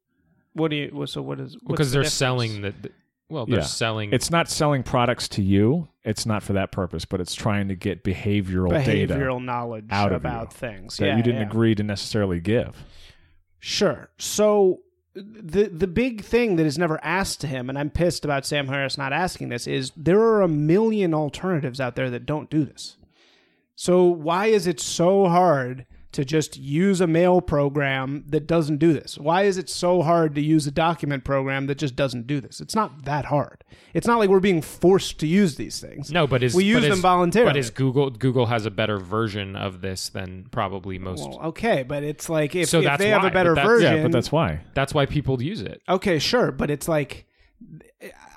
Speaker 1: What do you? So what is? what's
Speaker 3: because
Speaker 1: the
Speaker 3: they're
Speaker 1: difference?
Speaker 3: selling the, the Well, they're
Speaker 2: Yeah.
Speaker 3: selling.
Speaker 2: It's not selling products to you. It's not for that purpose, but it's trying to get behavioral, data
Speaker 1: behavioral knowledge
Speaker 2: out of
Speaker 1: about
Speaker 2: you
Speaker 1: things
Speaker 2: that
Speaker 1: yeah,
Speaker 2: you didn't
Speaker 1: yeah.
Speaker 2: agree to necessarily give.
Speaker 1: Sure. So the the big thing that is never asked to him, and I'm pissed about Sam Harris not asking this, is there are a million alternatives out there that don't do this. So why is it so hard to just use a mail program that doesn't do this? Why is it so hard to use a document program that just doesn't do this? It's not that hard. It's not like we're being forced to use these things.
Speaker 3: no, but is
Speaker 1: we use
Speaker 3: but is-
Speaker 1: them voluntarily.
Speaker 3: But is Google Google has a better version of this than probably most.
Speaker 1: well, okay, but it's like if,
Speaker 3: So
Speaker 1: if
Speaker 3: that's
Speaker 1: they have
Speaker 3: why,
Speaker 1: a
Speaker 3: but
Speaker 1: better
Speaker 3: that's-
Speaker 1: version,
Speaker 2: Yeah, but that's why.
Speaker 3: That's why people use it.
Speaker 1: Okay, sure, but it's like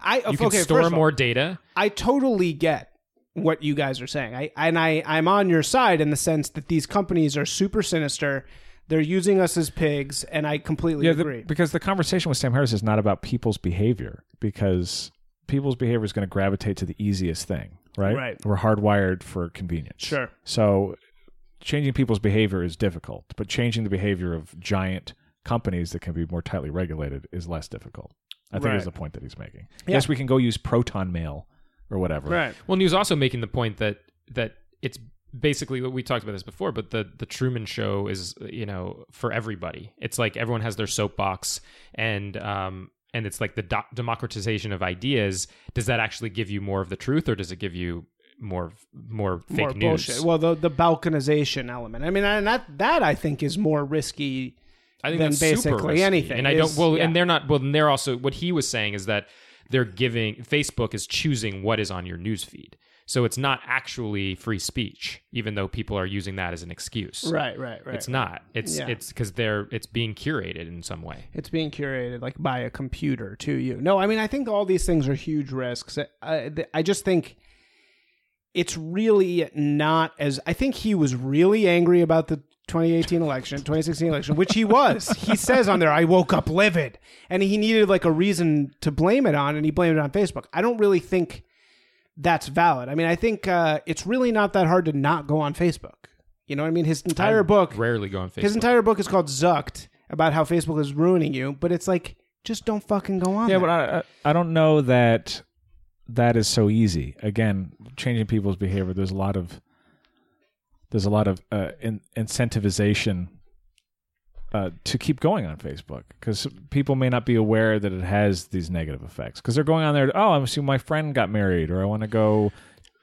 Speaker 1: I
Speaker 3: You can
Speaker 1: okay,
Speaker 3: store
Speaker 1: first of all,
Speaker 3: more data.
Speaker 1: I totally get what you guys are saying. I and I I'm on your side in the sense that these companies are super sinister. They're using us as pigs, and I completely
Speaker 2: Yeah, the-
Speaker 1: agree.
Speaker 2: because the conversation with Sam Harris is not about people's behavior because people's behavior is going to gravitate to the easiest thing, right?
Speaker 1: Right.
Speaker 2: We're hardwired for convenience.
Speaker 1: Sure.
Speaker 2: So changing people's behavior is difficult, but changing the behavior of giant companies that can be more tightly regulated is less difficult. I think
Speaker 1: Right.
Speaker 2: is the point that he's making.
Speaker 1: Yeah.
Speaker 2: Yes, we can go use proton mail or whatever.
Speaker 1: right.
Speaker 3: Well, and he was also making the point that that it's basically what we talked about this before, but the the Truman Show is you know for everybody. It's like everyone has their soapbox, and um and it's like the do- democratization of ideas. Does that actually give you more of the truth, or does it give you more more fake
Speaker 1: more
Speaker 3: news?
Speaker 1: bullshit. Well, the the balkanization element. I mean, and that that I think is more risky.
Speaker 3: I think
Speaker 1: than
Speaker 3: that's
Speaker 1: basically
Speaker 3: super risky.
Speaker 1: anything
Speaker 3: And I
Speaker 1: is-
Speaker 3: don't. Well,
Speaker 1: yeah.
Speaker 3: and they're not. Well, and they're also. What he was saying is that they're giving Facebook is choosing what is on your newsfeed, so it's not actually free speech, even though people are using that as an excuse.
Speaker 1: Right, right, right.
Speaker 3: It's not. It's
Speaker 1: Yeah.
Speaker 3: it's because they're it's being curated in some way.
Speaker 1: it's being curated like by a computer to you. No, I mean I think all these things are huge risks. I, th- I just think it's really not as I think he was really angry about the 2018 election, 2016 election, which he was. he says on there, "I woke up livid," and he needed like a reason to blame it on, and he blamed it on Facebook. I don't really think that's valid. I mean, I think uh, it's really not that hard to not go on Facebook. You know what I mean? His entire
Speaker 3: I
Speaker 1: book
Speaker 3: rarely go on Facebook.
Speaker 1: his entire book is called Zucked about how Facebook is ruining you, but it's like just don't fucking go on.
Speaker 2: Yeah,
Speaker 1: there.
Speaker 2: but I I I don't know that that is so easy. Again, changing people's behavior. There's a lot of there's a lot of uh, in, incentivization uh, to keep going on Facebook because people may not be aware that it has these negative effects because they're going on there. Oh, I'm assuming my friend got married, or I want to go.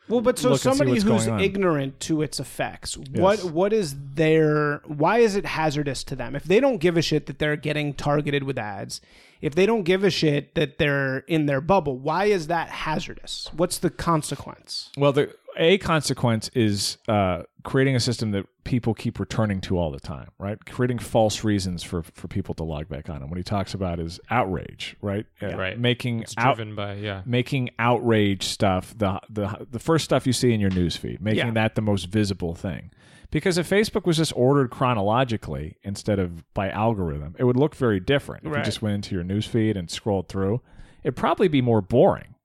Speaker 1: well, but so
Speaker 2: look and see
Speaker 1: somebody
Speaker 2: what's
Speaker 1: who's
Speaker 2: going on.
Speaker 1: ignorant to its effects, what what is their why is it hazardous to them? If they don't give a shit that they're getting targeted with ads, if they don't give a shit that they're in their bubble, why is that hazardous? What's the consequence?
Speaker 2: Well, the a consequence is uh, creating a system that people keep returning to all the time, right? Creating false reasons for for people to log back on. And what he talks about is outrage, right? Uh,
Speaker 3: Right.
Speaker 2: Making
Speaker 3: It's
Speaker 2: out,
Speaker 3: driven by yeah.
Speaker 2: making outrage stuff the the the first stuff you see in your newsfeed, making
Speaker 1: Yeah.
Speaker 2: that the most visible thing. Because if Facebook was just ordered chronologically instead of by algorithm, it would look very different. If
Speaker 1: Right.
Speaker 2: you just went into your newsfeed and scrolled through, it'd probably be more boring,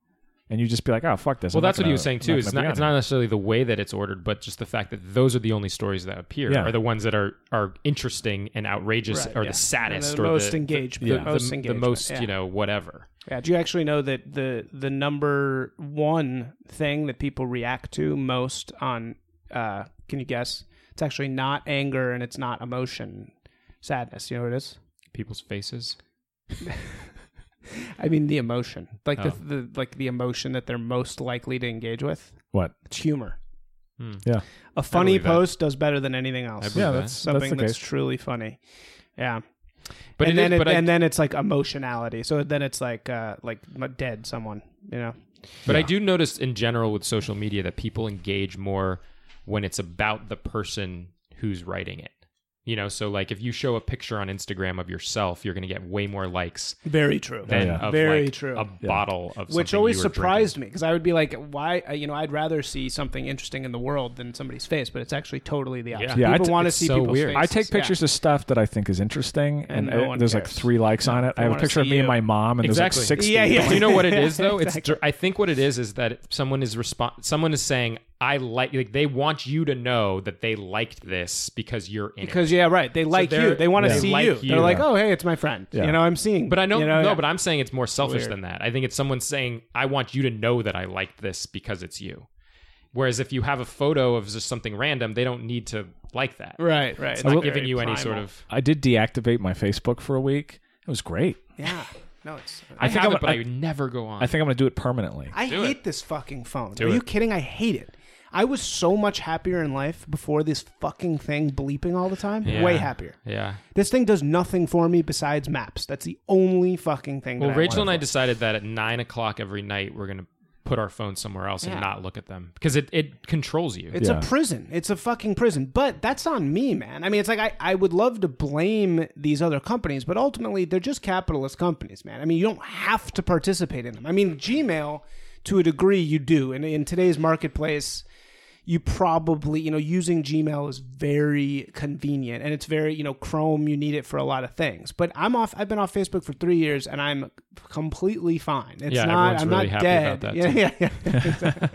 Speaker 2: and you'd just be like, "Oh, fuck this."
Speaker 3: Well,
Speaker 2: I'm not
Speaker 3: that's what
Speaker 2: gonna-
Speaker 3: he was saying
Speaker 2: I'm
Speaker 3: too. It's
Speaker 2: gonna
Speaker 3: not
Speaker 2: be
Speaker 3: it's
Speaker 2: on
Speaker 3: not necessarily the way that it's ordered, but just the fact that those are the only stories that appear
Speaker 2: Yeah.
Speaker 3: are the ones that are are interesting and outrageous
Speaker 1: Right,
Speaker 3: or
Speaker 1: yeah.
Speaker 3: the saddest
Speaker 1: The
Speaker 3: or
Speaker 1: most
Speaker 3: the,
Speaker 1: engagement,
Speaker 3: the,
Speaker 1: yeah. most
Speaker 3: the, the
Speaker 1: engagement,
Speaker 3: most
Speaker 1: yeah.
Speaker 3: you know whatever.
Speaker 1: Yeah, do you actually know that the the number one thing that people react to most on uh can you guess? It's actually not anger and it's not emotion. Sadness, you know what it is?
Speaker 3: People's faces.
Speaker 1: I mean the emotion. Like
Speaker 3: Oh.
Speaker 1: the, the like the emotion that they're most likely to engage with.
Speaker 2: What?
Speaker 1: It's humor.
Speaker 2: Yeah,
Speaker 1: A funny
Speaker 3: Hmm. believe that.
Speaker 1: post does better than anything else.
Speaker 3: believe Yeah, that.
Speaker 2: that's
Speaker 1: something
Speaker 2: that's the
Speaker 1: that's,
Speaker 2: case.
Speaker 1: truly funny. Yeah.
Speaker 3: But
Speaker 1: and
Speaker 3: it is-
Speaker 1: then it,
Speaker 3: but I-
Speaker 1: and then it's like emotionality. So then it's like uh like dead someone, you know.
Speaker 3: But I do notice in general with social media that people engage more when it's about the person who's writing it. You know, so like if you show a picture on Instagram of yourself, you're going to get way more likes
Speaker 1: Very true.
Speaker 3: than
Speaker 2: yeah.
Speaker 3: of
Speaker 1: Very
Speaker 3: like
Speaker 1: true.
Speaker 3: a bottle of
Speaker 1: which
Speaker 3: something
Speaker 1: always
Speaker 3: you were drinking.
Speaker 1: surprised me because I would be like, why? uh, You know, I'd rather see something interesting in the world than somebody's face, but it's actually totally the opposite.
Speaker 2: Yeah, I
Speaker 1: people
Speaker 2: t-
Speaker 1: want to
Speaker 3: it's
Speaker 1: see
Speaker 3: so
Speaker 1: people's
Speaker 3: weird.
Speaker 1: faces.
Speaker 2: I take
Speaker 1: Yeah.
Speaker 2: pictures of stuff that I think is interesting, and,
Speaker 1: And no
Speaker 2: uh,
Speaker 1: one
Speaker 2: there's like
Speaker 1: cares.
Speaker 2: three likes on it. I have a
Speaker 1: wanna
Speaker 2: picture of
Speaker 1: see
Speaker 2: me and
Speaker 1: you.
Speaker 2: my mom, and
Speaker 3: Exactly.
Speaker 2: there's like sixty.
Speaker 1: Yeah, yeah.
Speaker 3: Do you know what it is though?
Speaker 1: Exactly.
Speaker 3: It's dir- I think what it is is that someone is respon- someone is saying I like like they want you to know that they liked this because you're in it.
Speaker 1: Because yeah, right. They like you.
Speaker 3: they're-
Speaker 1: They want to
Speaker 3: they
Speaker 1: see
Speaker 3: like
Speaker 1: you.
Speaker 3: you.
Speaker 1: They're like,
Speaker 3: Yeah.
Speaker 1: oh hey, it's my friend.
Speaker 2: Yeah.
Speaker 1: You know, I'm seeing.
Speaker 3: But I don't
Speaker 1: you
Speaker 3: know.
Speaker 1: know,
Speaker 3: But I'm saying it's more selfish
Speaker 1: Weird.
Speaker 3: than that. I think it's someone saying, "I want you to know that I liked this because it's you." Whereas if you have a photo of just something random, they don't need to like that.
Speaker 1: right, right.
Speaker 3: It's not giving you any sort of.
Speaker 2: I did deactivate my Facebook for a week. It was great.
Speaker 1: yeah. No, it's. uh,
Speaker 3: I,
Speaker 2: think
Speaker 3: have
Speaker 2: I'm-
Speaker 3: it, but
Speaker 2: I-
Speaker 3: I, would never go on.
Speaker 2: I think I'm going to do it permanently.
Speaker 1: I
Speaker 3: Do
Speaker 1: hate
Speaker 3: it.
Speaker 1: this fucking phone.
Speaker 3: Do
Speaker 1: Are you
Speaker 3: it.
Speaker 1: kidding? I hate it. I was so much happier in life before this fucking thing bleeping all the time.
Speaker 3: Yeah.
Speaker 1: Way happier.
Speaker 3: Yeah.
Speaker 1: This thing does nothing for me besides maps. That's the only fucking thing.
Speaker 3: Well,
Speaker 1: that
Speaker 3: Rachel and
Speaker 1: I,
Speaker 3: I
Speaker 1: want.
Speaker 3: decided that at nine o'clock every night we're gonna put our phone somewhere else and not look at them because it, it controls you.
Speaker 1: It's
Speaker 2: Yeah.
Speaker 1: a prison. It's a fucking prison. But that's on me, man. I mean, it's like I, I would love to blame these other companies, but ultimately they're just capitalist companies, man. I mean, you don't have to participate in them. I mean, Gmail, to a degree, you do. And in today's marketplace, you probably you know using gmail is very convenient and it's very you know chrome you need it for a lot of things but i'm off i've been off facebook for three years and i'm completely fine it's
Speaker 3: Yeah,
Speaker 1: not
Speaker 3: everyone's
Speaker 1: i'm
Speaker 3: really
Speaker 1: not
Speaker 3: happy
Speaker 1: dead
Speaker 3: about that,
Speaker 1: yeah,
Speaker 3: too.
Speaker 1: yeah yeah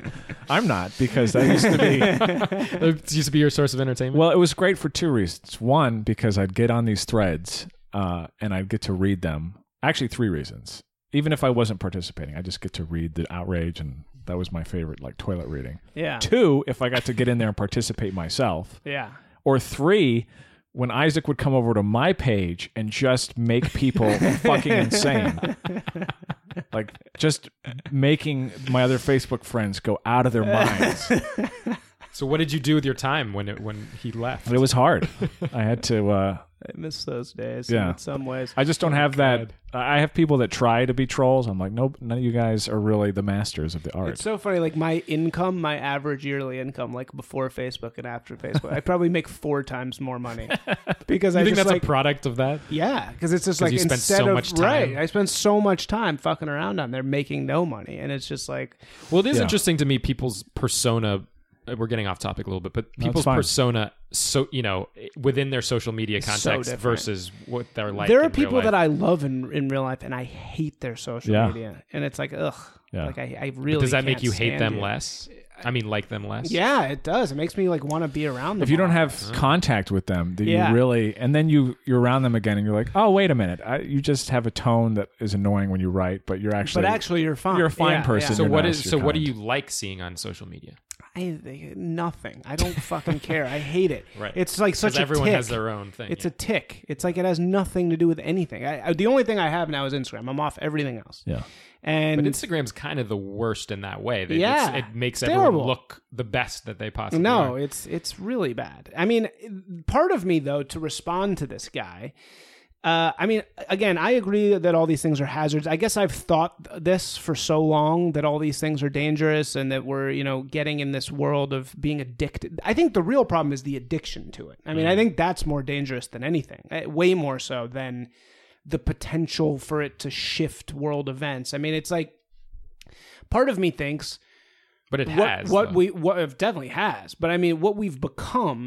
Speaker 2: I'm not because I used to be
Speaker 3: it used to be your source of entertainment.
Speaker 2: Well, it was great for two reasons. One, because I'd get on these threads uh, and I'd get to read them. Actually, three reasons. Even if I wasn't participating, I just get to read the outrage, and that was my favorite, like toilet reading.
Speaker 1: yeah
Speaker 2: Two, if I got to get in there and participate myself.
Speaker 1: yeah
Speaker 2: Or three, when Isaac would come over to my page and just make people fucking insane. Like just making my other Facebook friends go out of their minds.
Speaker 3: so what did you do with your time when it when he left?
Speaker 2: But it was hard. I had to uh,
Speaker 1: I miss those days
Speaker 2: Yeah.
Speaker 1: in some ways.
Speaker 2: I just don't have that. I have people that try to be trolls. I'm like, nope, none of you guys are really the masters of the art.
Speaker 1: It's so funny. Like my income, my average yearly income, like before Facebook and after Facebook, I probably make four times more money because I
Speaker 3: I think
Speaker 1: just
Speaker 3: that's
Speaker 1: like
Speaker 3: a product of that.
Speaker 1: yeah, because it's just like
Speaker 3: you spent
Speaker 1: instead
Speaker 3: so
Speaker 1: of
Speaker 3: much time.
Speaker 1: right, I spend so much time fucking around on there making no money, and it's just like
Speaker 3: Well, it is
Speaker 2: Yeah.
Speaker 3: interesting to me people's persona. uh, We're getting off topic a little bit, but
Speaker 2: it's
Speaker 3: people's
Speaker 2: fine.
Speaker 3: persona, so you know, within their social media
Speaker 1: so
Speaker 3: context
Speaker 1: different.
Speaker 3: versus what they're like.
Speaker 1: there are
Speaker 3: in real
Speaker 1: people that
Speaker 3: life.
Speaker 1: I love in in real life, and I hate their social
Speaker 2: Yeah.
Speaker 1: media, and it's like ugh,
Speaker 2: Yeah.
Speaker 1: like I, I really
Speaker 3: Does that make
Speaker 1: can't
Speaker 3: you hate
Speaker 1: stand
Speaker 3: them
Speaker 1: it.
Speaker 3: less? I mean, like them less.
Speaker 1: Yeah, it does. It makes me like want to be around them.
Speaker 2: if you don't
Speaker 1: more.
Speaker 2: have contact with them, do
Speaker 1: Yeah.
Speaker 2: you really? And then you you're around them again, and you're like, oh, wait a minute. I, you just have a tone that is annoying when you write, but you're actually
Speaker 1: but actually, you're fine.
Speaker 2: you're a fine
Speaker 1: Yeah, yeah.
Speaker 2: person.
Speaker 3: So
Speaker 2: You're
Speaker 3: what
Speaker 2: nice,
Speaker 3: is
Speaker 2: you're
Speaker 3: so? What do
Speaker 2: kind.
Speaker 3: you like seeing on social media?
Speaker 1: I they, nothing. I don't fucking care. I hate it.
Speaker 3: Right.
Speaker 1: It's like such
Speaker 3: Because
Speaker 1: a
Speaker 3: everyone
Speaker 1: tick.
Speaker 3: has their own thing.
Speaker 1: It's
Speaker 3: yeah.
Speaker 1: a tick. It's like it has nothing to do with anything. I, I, the only thing I have now is Instagram. I'm off everything else.
Speaker 2: yeah.
Speaker 1: And
Speaker 3: But Instagram's kind of the worst in that way. That
Speaker 1: Yeah.
Speaker 3: it's, it makes
Speaker 1: Terrible.
Speaker 3: everyone look the best that they possibly
Speaker 1: no,
Speaker 3: are.
Speaker 1: it's it's really bad. I mean, part of me though to respond to this guy. Uh, I mean, again, I agree that all these things are hazards. I guess I've thought this for so long that all these things are dangerous and that we're, you know, getting in this world of being addicted. I think the real problem is the addiction to it. I mean, I
Speaker 3: Mm-hmm.
Speaker 1: think that's more dangerous than anything, eh, way more so than the potential for it to shift world events. I mean, it's like part of me thinks
Speaker 3: But it
Speaker 1: what,
Speaker 3: has
Speaker 1: what
Speaker 3: though.
Speaker 1: we what it definitely has but i mean what we've become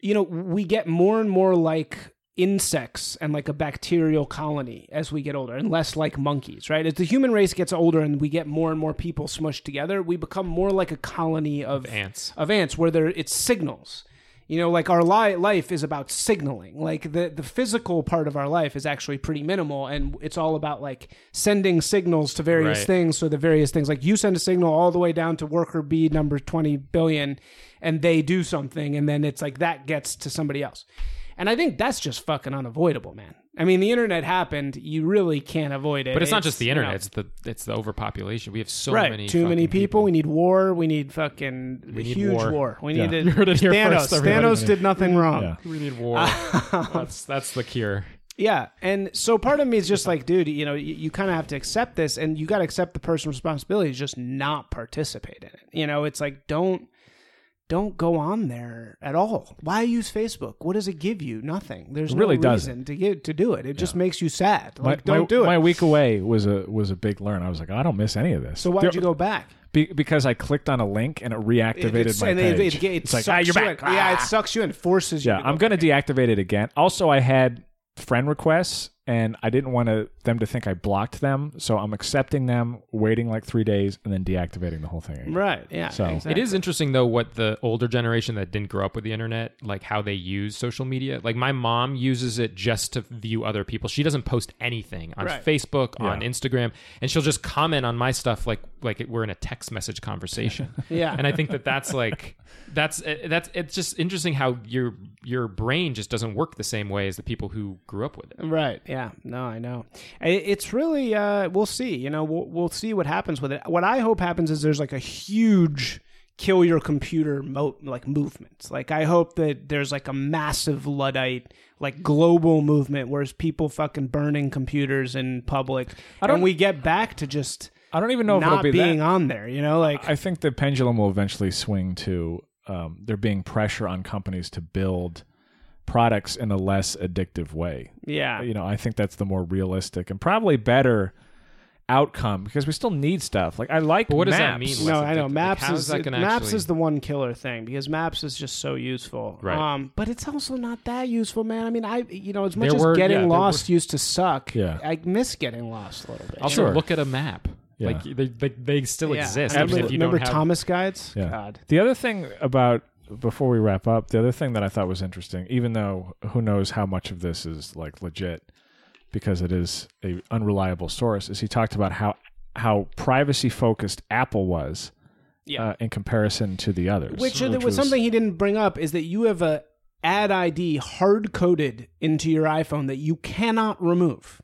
Speaker 1: you know we get more and more like insects and like a bacterial colony as we get older and less like monkeys right as the human race gets older and we get more and more people smushed together we become more like a colony of
Speaker 3: ants.
Speaker 1: of ants where there it's signals you know like our li- life is about signaling like the the physical part of our life is actually pretty minimal and it's all about like sending signals to various
Speaker 3: Right.
Speaker 1: things so the various things like you send a signal all the way down to worker b number 20 billion and they do something and then it's like that gets to somebody else and i think that's just fucking unavoidable man i mean the internet happened you really can't avoid it
Speaker 3: But it's, not just the
Speaker 1: you know,
Speaker 3: internet. It's the it's the overpopulation. We have so
Speaker 1: right.
Speaker 3: many
Speaker 1: too many
Speaker 3: fucking
Speaker 1: people. We need war. We need fucking
Speaker 3: need
Speaker 1: huge war.
Speaker 3: war.
Speaker 1: We
Speaker 2: Yeah.
Speaker 1: need
Speaker 2: You
Speaker 1: it.
Speaker 2: heard it here
Speaker 1: Thanos.
Speaker 2: first, everybody.
Speaker 1: Thanos did nothing wrong.
Speaker 2: Yeah.
Speaker 1: Yeah.
Speaker 3: We need war. that's that's the cure.
Speaker 1: And so part of me is just like, dude, you know, you, you kind of have to accept this, and you got to accept the personal responsibility to just not participate in it. You know, it's like don't. Don't go on there at all. Why use Facebook? What does it give you? Nothing. There's
Speaker 2: It
Speaker 1: no
Speaker 2: really
Speaker 1: reason
Speaker 2: doesn't.
Speaker 1: to get to do it. It just makes you sad.
Speaker 2: My,
Speaker 1: Like, don't
Speaker 2: my,
Speaker 1: do it.
Speaker 2: my week away was a was a big learn. I was like, I don't miss any of this.
Speaker 1: so why'd you go back?
Speaker 2: Be, because I clicked on a link and it reactivated
Speaker 1: It's-
Speaker 2: my
Speaker 1: and
Speaker 2: page.
Speaker 1: it, it, it,
Speaker 2: it's like,
Speaker 1: sucks
Speaker 2: ah, you're
Speaker 1: you
Speaker 2: back.
Speaker 1: in. Yeah,
Speaker 2: Ah.
Speaker 1: it sucks you and forces you.
Speaker 2: Yeah,
Speaker 1: to go
Speaker 2: I'm gonna deactivate it again. Also, I had friend requests, and I didn't want to them to think I blocked them. So I'm accepting them, waiting like three days, and then deactivating the whole thing. Again.
Speaker 1: Right. Yeah.
Speaker 2: So-
Speaker 1: exactly.
Speaker 3: It is interesting though what the older generation that didn't grow up with the internet, like how they use social media. Like my mom uses it just to view other people. She doesn't post anything on
Speaker 1: Right.
Speaker 3: Facebook, on Instagram, and she'll just comment on my stuff like like it, we're in a text message conversation.
Speaker 1: Yeah.
Speaker 3: and I think that that's like that's eh, that's it's just interesting how your your brain just doesn't work the same way as the people who grew up with it.
Speaker 1: Right. Yeah. No, I know. I- It's really. Uh, we'll see. You know, we'll we'll see what happens with it. What I hope happens is there's like a huge kill your computer mo- like movement. Like I hope that there's like a massive luddite like global movement whereas people fucking burning computers in public and we get back to just
Speaker 2: I don't even know if
Speaker 1: not
Speaker 2: it'll be
Speaker 1: being
Speaker 2: that.
Speaker 1: on there. You know, like
Speaker 2: I think the pendulum will eventually swing to um, there being pressure on companies to build products in a less addictive way.
Speaker 1: yeah,
Speaker 2: you know, I think that's the more realistic and probably better outcome because we still need stuff. Like I like
Speaker 3: But what does that
Speaker 2: maps.
Speaker 3: mean,
Speaker 1: No,
Speaker 3: less
Speaker 1: I know
Speaker 3: addictive.
Speaker 1: maps
Speaker 3: Like, how
Speaker 1: is
Speaker 3: is that gonna
Speaker 1: maps
Speaker 3: actually-
Speaker 1: is the one killer thing because maps is just so useful.
Speaker 3: Right.
Speaker 1: Um, but it's also not that useful, man. I mean, I you know as much
Speaker 3: There
Speaker 1: as
Speaker 3: were- yeah,
Speaker 1: getting
Speaker 3: there
Speaker 1: lost used to suck.
Speaker 2: Yeah.
Speaker 1: I miss getting lost a little bit.
Speaker 3: Also,
Speaker 2: Sure.
Speaker 3: look at a map.
Speaker 2: Yeah.
Speaker 3: Like they, they they still
Speaker 1: Yeah.
Speaker 3: exist.
Speaker 1: I
Speaker 3: even
Speaker 1: remember,
Speaker 3: if you
Speaker 1: remember
Speaker 3: don't have,
Speaker 1: Thomas guides?
Speaker 2: Yeah.
Speaker 1: God.
Speaker 2: The other thing about before we wrap up, the other thing that I thought was interesting, even though who knows how much of this is like legit because it is a unreliable source, is he talked about how how privacy focused Apple was
Speaker 1: Yeah.
Speaker 2: uh, in comparison to the others.
Speaker 1: Which, uh, was something he didn't bring up is that you have a ad ID hard coded into your iPhone that you cannot remove.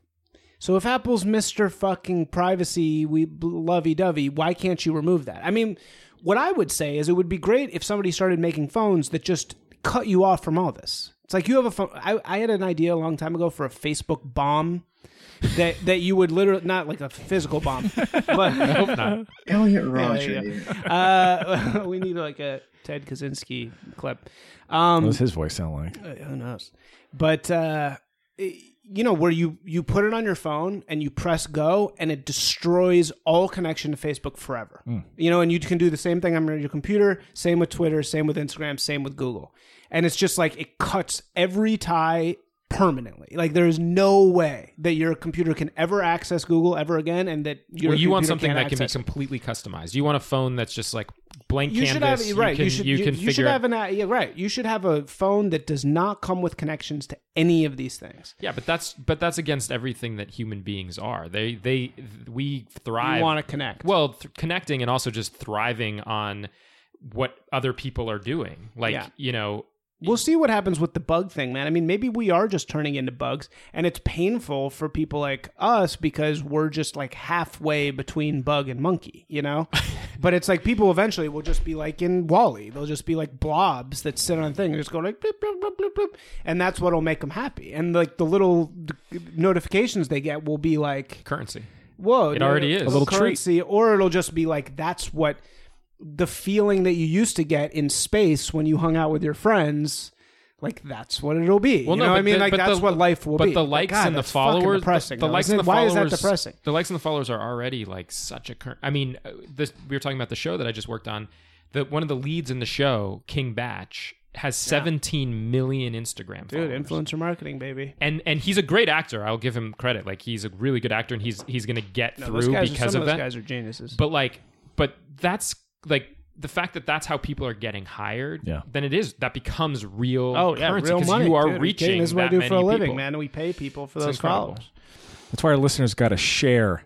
Speaker 1: So if Apple's Mister Fucking Privacy, we lovey dovey, why can't you remove that? I mean, what I would say is it would be great if somebody started making phones that just cut you off from all this. It's like you have a phone. I, I had an idea a long time ago for a Facebook bomb that that you would literally not like a physical bomb, but
Speaker 7: Elliot
Speaker 1: yeah.
Speaker 7: Roger.
Speaker 1: uh, we need like a Ted Kaczynski clip. Um,
Speaker 2: what does his voice sound like?
Speaker 1: uh, who knows? But uh, i- you know, where you you put it on your phone and you press go, and it destroys all connection to Facebook forever.
Speaker 3: Hmm.
Speaker 1: You know, and you can do the same thing on your computer, same with Twitter, same with Instagram, same with Google, and it's just like it cuts every tie permanently. Like there is no way that your computer can ever access Google ever again, and that your
Speaker 3: Well, you want
Speaker 1: computer
Speaker 3: something
Speaker 1: can't
Speaker 3: that can be
Speaker 1: access-
Speaker 3: completely customized. You want a phone that's just like blank
Speaker 1: you should have
Speaker 3: canvas.
Speaker 1: right.
Speaker 3: You can,
Speaker 1: you should
Speaker 3: you
Speaker 1: you-
Speaker 3: can
Speaker 1: you
Speaker 3: figure
Speaker 1: should have an
Speaker 3: out.
Speaker 1: uh, yeah, right. You should have a phone that does not come with connections to any of these things.
Speaker 3: Yeah, but that's but that's against everything that human beings are. They they we
Speaker 1: I
Speaker 3: thrive.
Speaker 1: want to connect.
Speaker 3: well, th- connecting and also just thriving on what other people are doing. Like
Speaker 1: Yeah.
Speaker 3: you know,
Speaker 1: we'll see what happens with the bug thing, man. I mean, maybe we are just turning into bugs, and it's painful for people like us because we're just like halfway between bug and monkey, you know. but it's like people eventually will just be like in Wally. They'll just be like blobs that sit on a thing, and just go like bloop, bloop, bloop, bloop, bloop, and that's what'll make them happy. And like the little d- notifications they get will be like.
Speaker 3: currency.
Speaker 1: Whoa,
Speaker 3: It already is. A little treat.
Speaker 1: currency, or it'll just be like that's what the feeling that you used to get in space when you hung out with your friends. Like that's what it'll be. you know
Speaker 3: but
Speaker 1: what I mean?
Speaker 3: the-
Speaker 1: like
Speaker 3: but
Speaker 1: that's
Speaker 3: the-
Speaker 1: what life will
Speaker 3: but
Speaker 1: be.
Speaker 3: the likes
Speaker 1: God,
Speaker 3: and the
Speaker 1: that's fucking
Speaker 3: followers,
Speaker 1: depressing,
Speaker 3: the,
Speaker 1: though,
Speaker 3: likes
Speaker 1: isn't
Speaker 3: and
Speaker 1: it?
Speaker 3: the
Speaker 1: Why is
Speaker 3: followers,
Speaker 1: that depressing?
Speaker 3: The likes and the followers are already like such a current. I mean, uh, this we were talking about the show that I just worked on. The one of the leads in the show, King Batch, has 17 million Instagram.
Speaker 1: Dude,
Speaker 3: followers.
Speaker 1: influencer marketing, baby.
Speaker 3: and and he's a great actor. I'll give him credit. Like he's a really good actor, and he's he's gonna get
Speaker 1: No, those
Speaker 3: through
Speaker 1: guys are-
Speaker 3: because
Speaker 1: some
Speaker 3: of
Speaker 1: of
Speaker 3: that.
Speaker 1: those guys are geniuses.
Speaker 3: but like, but that's like the fact that that's how people are getting hired.
Speaker 2: Yeah.
Speaker 3: Then it is that becomes real.
Speaker 1: oh yeah,
Speaker 3: currency
Speaker 1: real
Speaker 3: 'cause
Speaker 1: money.
Speaker 3: You are
Speaker 1: dude. Are you
Speaker 3: reaching.
Speaker 1: kidding? This is what
Speaker 3: that
Speaker 1: I do
Speaker 3: many
Speaker 1: for a living,
Speaker 3: people.
Speaker 1: man. We pay people for
Speaker 3: It's
Speaker 1: those
Speaker 3: incredible.
Speaker 1: followers.
Speaker 2: That's why our listeners got to share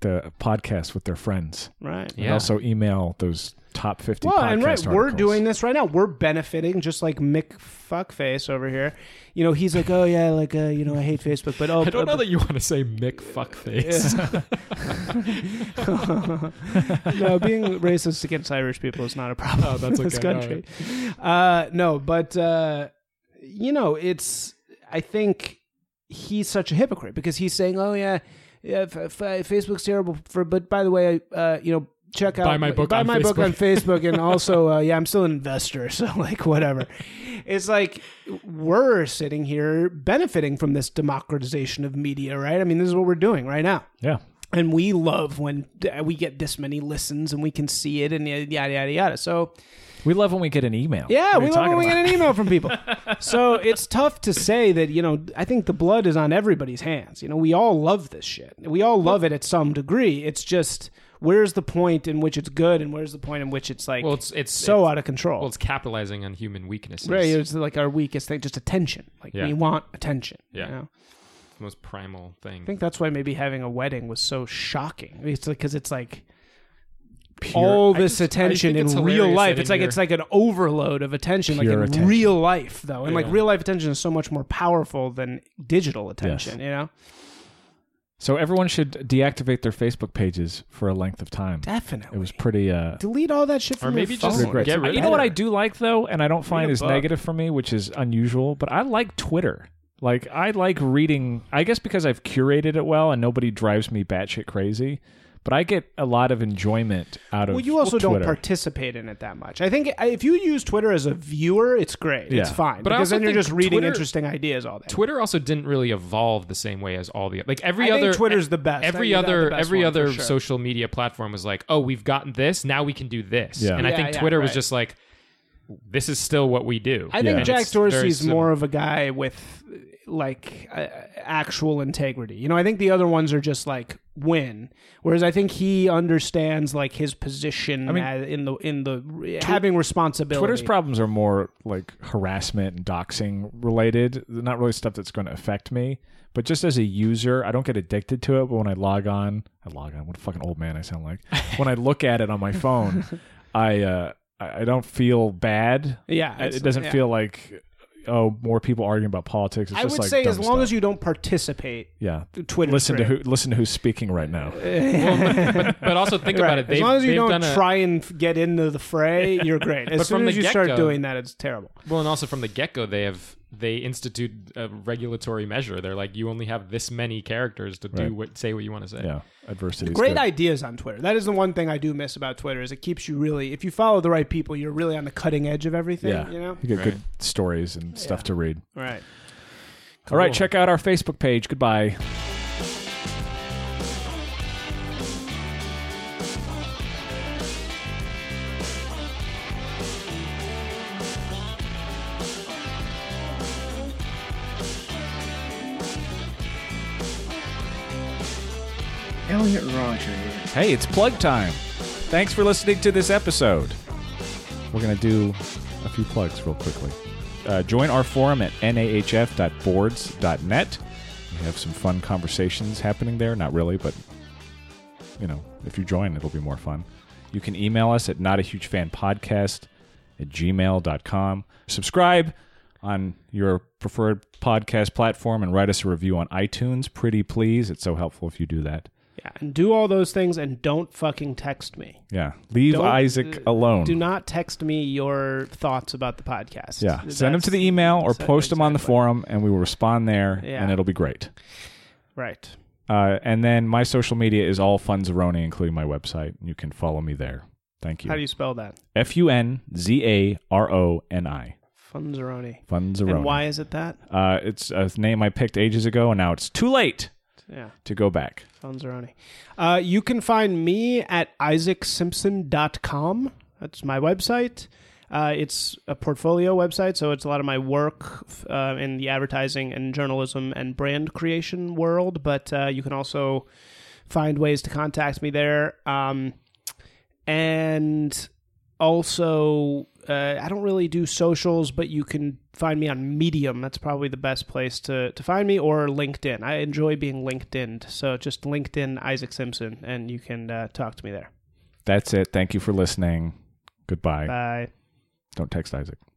Speaker 2: the podcast with their friends.
Speaker 1: Right.
Speaker 2: And
Speaker 3: Yeah.
Speaker 2: also email those top 50
Speaker 1: Well,
Speaker 2: podcast
Speaker 1: and right, we're
Speaker 2: articles.
Speaker 1: doing this right now. We're benefiting, just like Mick Fuckface over here. You know, he's like, oh yeah, like uh, you know, I hate Facebook, but oh,
Speaker 3: I don't
Speaker 1: but-
Speaker 3: know that you want to say Mick fuckface.
Speaker 1: no, being racist against Irish people is not a problem
Speaker 3: Oh, that's
Speaker 1: in this
Speaker 3: okay. All
Speaker 1: country. Uh, no, but uh, you know, it's. I think he's such a hypocrite because he's saying, "Oh yeah, yeah, f- f- Facebook's terrible." For but by the way, uh, you know, check out
Speaker 3: Buy my book on
Speaker 1: my book
Speaker 3: Facebook.
Speaker 1: on Facebook, and also, uh, yeah, I'm still an investor, so like whatever. it's like we're sitting here benefiting from this democratization of media, right? I mean, this is what we're doing right now
Speaker 2: Yeah.
Speaker 1: and we love when we get this many listens and we can see it and yada yada yada. So
Speaker 2: We love when we get an email. What
Speaker 1: Yeah,
Speaker 2: are
Speaker 1: we
Speaker 2: you
Speaker 1: love
Speaker 2: talking
Speaker 1: when we get
Speaker 2: about?
Speaker 1: an email from people. so it's tough to say that, you know, I think the blood is on everybody's hands. You know, we all love this shit. We all love it at some degree. It's just where's the point in which it's good and where's the point in which it's like
Speaker 3: Well, it's it's
Speaker 1: so
Speaker 3: it's-
Speaker 1: out of control.
Speaker 3: Well, it's capitalizing on human weaknesses.
Speaker 1: right, it's like our weakest thing, just attention. Like
Speaker 3: Yeah.
Speaker 1: we want attention.
Speaker 3: Yeah.
Speaker 1: You know?
Speaker 3: It's the most primal thing.
Speaker 1: I think that's why maybe having a wedding was so shocking. It's like because it's like
Speaker 2: Pure-
Speaker 1: all
Speaker 3: I
Speaker 1: this
Speaker 3: just- I
Speaker 1: attention
Speaker 3: think it's
Speaker 1: in
Speaker 3: hilarious
Speaker 1: real life.
Speaker 3: that
Speaker 1: It's
Speaker 3: in
Speaker 1: like
Speaker 3: your-
Speaker 1: it's like an overload of attention, like in
Speaker 2: Pure attention.
Speaker 1: real life though, and like
Speaker 3: Yeah.
Speaker 1: real life attention is so much more powerful than digital attention. You know,
Speaker 2: So everyone should deactivate their Facebook pages for a length of time.
Speaker 1: definitely.
Speaker 2: It was pretty. Uh,
Speaker 1: Delete all that shit from
Speaker 3: maybe
Speaker 1: your phone.
Speaker 3: just
Speaker 2: great.
Speaker 3: Get rid
Speaker 2: you
Speaker 3: of
Speaker 2: know what
Speaker 3: it.
Speaker 2: I do like though, and I don't find
Speaker 1: a
Speaker 2: is
Speaker 1: book.
Speaker 2: negative for me, which is unusual. But I like Twitter. Like I like reading. I guess because I've curated it well, and nobody drives me batshit crazy. But I get a lot of enjoyment out of.
Speaker 1: Well, you also don't
Speaker 2: Twitter.
Speaker 1: participate in it that much. I think I- if you use Twitter as a viewer, it's great. It's
Speaker 2: Yeah.
Speaker 1: fine.
Speaker 3: But I
Speaker 1: because
Speaker 3: also
Speaker 1: then you're
Speaker 3: think
Speaker 1: just reading
Speaker 3: Twitter-
Speaker 1: interesting ideas all day.
Speaker 3: Twitter also didn't really evolve the same way as all the like every
Speaker 1: I think
Speaker 3: other
Speaker 1: Twitter's the best.
Speaker 3: Every
Speaker 1: I think that's the
Speaker 3: other
Speaker 1: best
Speaker 3: every
Speaker 1: one for
Speaker 3: other
Speaker 1: sure.
Speaker 3: social media platform was like, oh, we've gotten this, now we can do this,
Speaker 2: Yeah.
Speaker 3: and I
Speaker 1: Yeah,
Speaker 3: think
Speaker 1: yeah,
Speaker 3: Twitter was
Speaker 1: right.
Speaker 3: just like, this is still what we do.
Speaker 1: I think
Speaker 2: Yeah.
Speaker 1: Jack
Speaker 3: It's very
Speaker 1: Dorsey's
Speaker 3: similar.
Speaker 1: more of a guy with like uh, actual integrity. You know, I think the other ones are just like win. Whereas I think he understands like his position
Speaker 2: mean,
Speaker 1: as- in the in the having responsibility.
Speaker 2: Twitter's problems are more like harassment and doxing related, They're not really stuff that's going to affect me. But just as a user, I don't get addicted to it. But when I log on, I log on. What a fucking old man I sound like. when I look at it on my phone, I uh, I I don't feel bad.
Speaker 1: Yeah,
Speaker 2: I-
Speaker 1: it's-
Speaker 2: it doesn't
Speaker 1: yeah.
Speaker 2: feel like oh more people arguing about politics. It's
Speaker 1: I
Speaker 2: just
Speaker 1: would
Speaker 2: like
Speaker 1: say
Speaker 2: dumb
Speaker 1: as long
Speaker 2: stuff.
Speaker 1: as you don't participate,
Speaker 2: yeah
Speaker 1: Twitter's
Speaker 2: listen to
Speaker 1: great.
Speaker 2: who listen to who's speaking right now.
Speaker 3: But also think about it.
Speaker 1: as
Speaker 3: they've-
Speaker 1: long as you
Speaker 3: they've
Speaker 1: don't
Speaker 3: done a-
Speaker 1: try and f- get into the fray, you're great. As
Speaker 3: But
Speaker 1: soon
Speaker 3: from
Speaker 1: as
Speaker 3: the
Speaker 1: you start
Speaker 3: get-go-
Speaker 1: doing that, it's terrible.
Speaker 3: Well, and also from the get go, they have they institute a regulatory measure. They're like, you only have this many characters to
Speaker 2: Right.
Speaker 3: do what say what you want to say.
Speaker 2: Yeah, adversity. is
Speaker 1: Great
Speaker 2: good.
Speaker 1: ideas on Twitter. That is the one thing I do miss about Twitter is it keeps you really. If you follow the right people, you're really on the cutting edge of everything.
Speaker 2: Yeah,
Speaker 1: You know.
Speaker 2: you get good stories and stuff to read.
Speaker 1: Right.
Speaker 2: All right, check out our Facebook page. Goodbye.
Speaker 7: Elliot Roger.
Speaker 2: Hey, it's plug time. Thanks for listening to this episode. We're going to do a few plugs real quickly. Uh, join our forum at nahf.boards.net. We have some fun conversations happening there. Not really, but, you know, if you join, it'll be more fun. You can email us at notahugefanpodcast at gmail.com. Subscribe on your preferred podcast platform and write us a review on iTunes. Pretty please. It's so helpful if you do that.
Speaker 1: Yeah, and do all those things, and don't fucking text me.
Speaker 2: Yeah. Leave
Speaker 1: Don't-
Speaker 2: Isaac alone.
Speaker 1: Do not text me your thoughts about the podcast.
Speaker 2: yeah. Send them to the email or
Speaker 1: so-
Speaker 2: post them on the
Speaker 1: exactly.
Speaker 2: forum and we will respond there
Speaker 1: Yeah.
Speaker 2: and it'll be great. e-
Speaker 1: Right.
Speaker 2: Uh, and then my social media is all Funzaroni, including my website. You can follow me there. Thank you.
Speaker 1: How do you spell that?
Speaker 2: F U N Z A R O N I.
Speaker 1: Funzaroni.
Speaker 2: Funzaroni.
Speaker 1: And why is it that?
Speaker 2: Uh, it's a name I picked ages ago and now it's too late
Speaker 1: Yeah,
Speaker 2: to go back.
Speaker 1: Funzaroni. Uh, you can find me at isaacsimpson.com. That's my website. Uh, it's a portfolio website, so it's a lot of my work f- uh, in the advertising and journalism and brand creation world. But uh, you can also find ways to contact me there. Um, and also uh, I don't really do socials, but you can find me on Medium. That's probably the best place to, to find me, or LinkedIn. I enjoy being LinkedIn'd. So just LinkedIn Isaac Simpson, and you can uh, talk to me there.
Speaker 2: That's it. Thank you for listening. Goodbye.
Speaker 1: Bye.
Speaker 2: Don't text Isaac.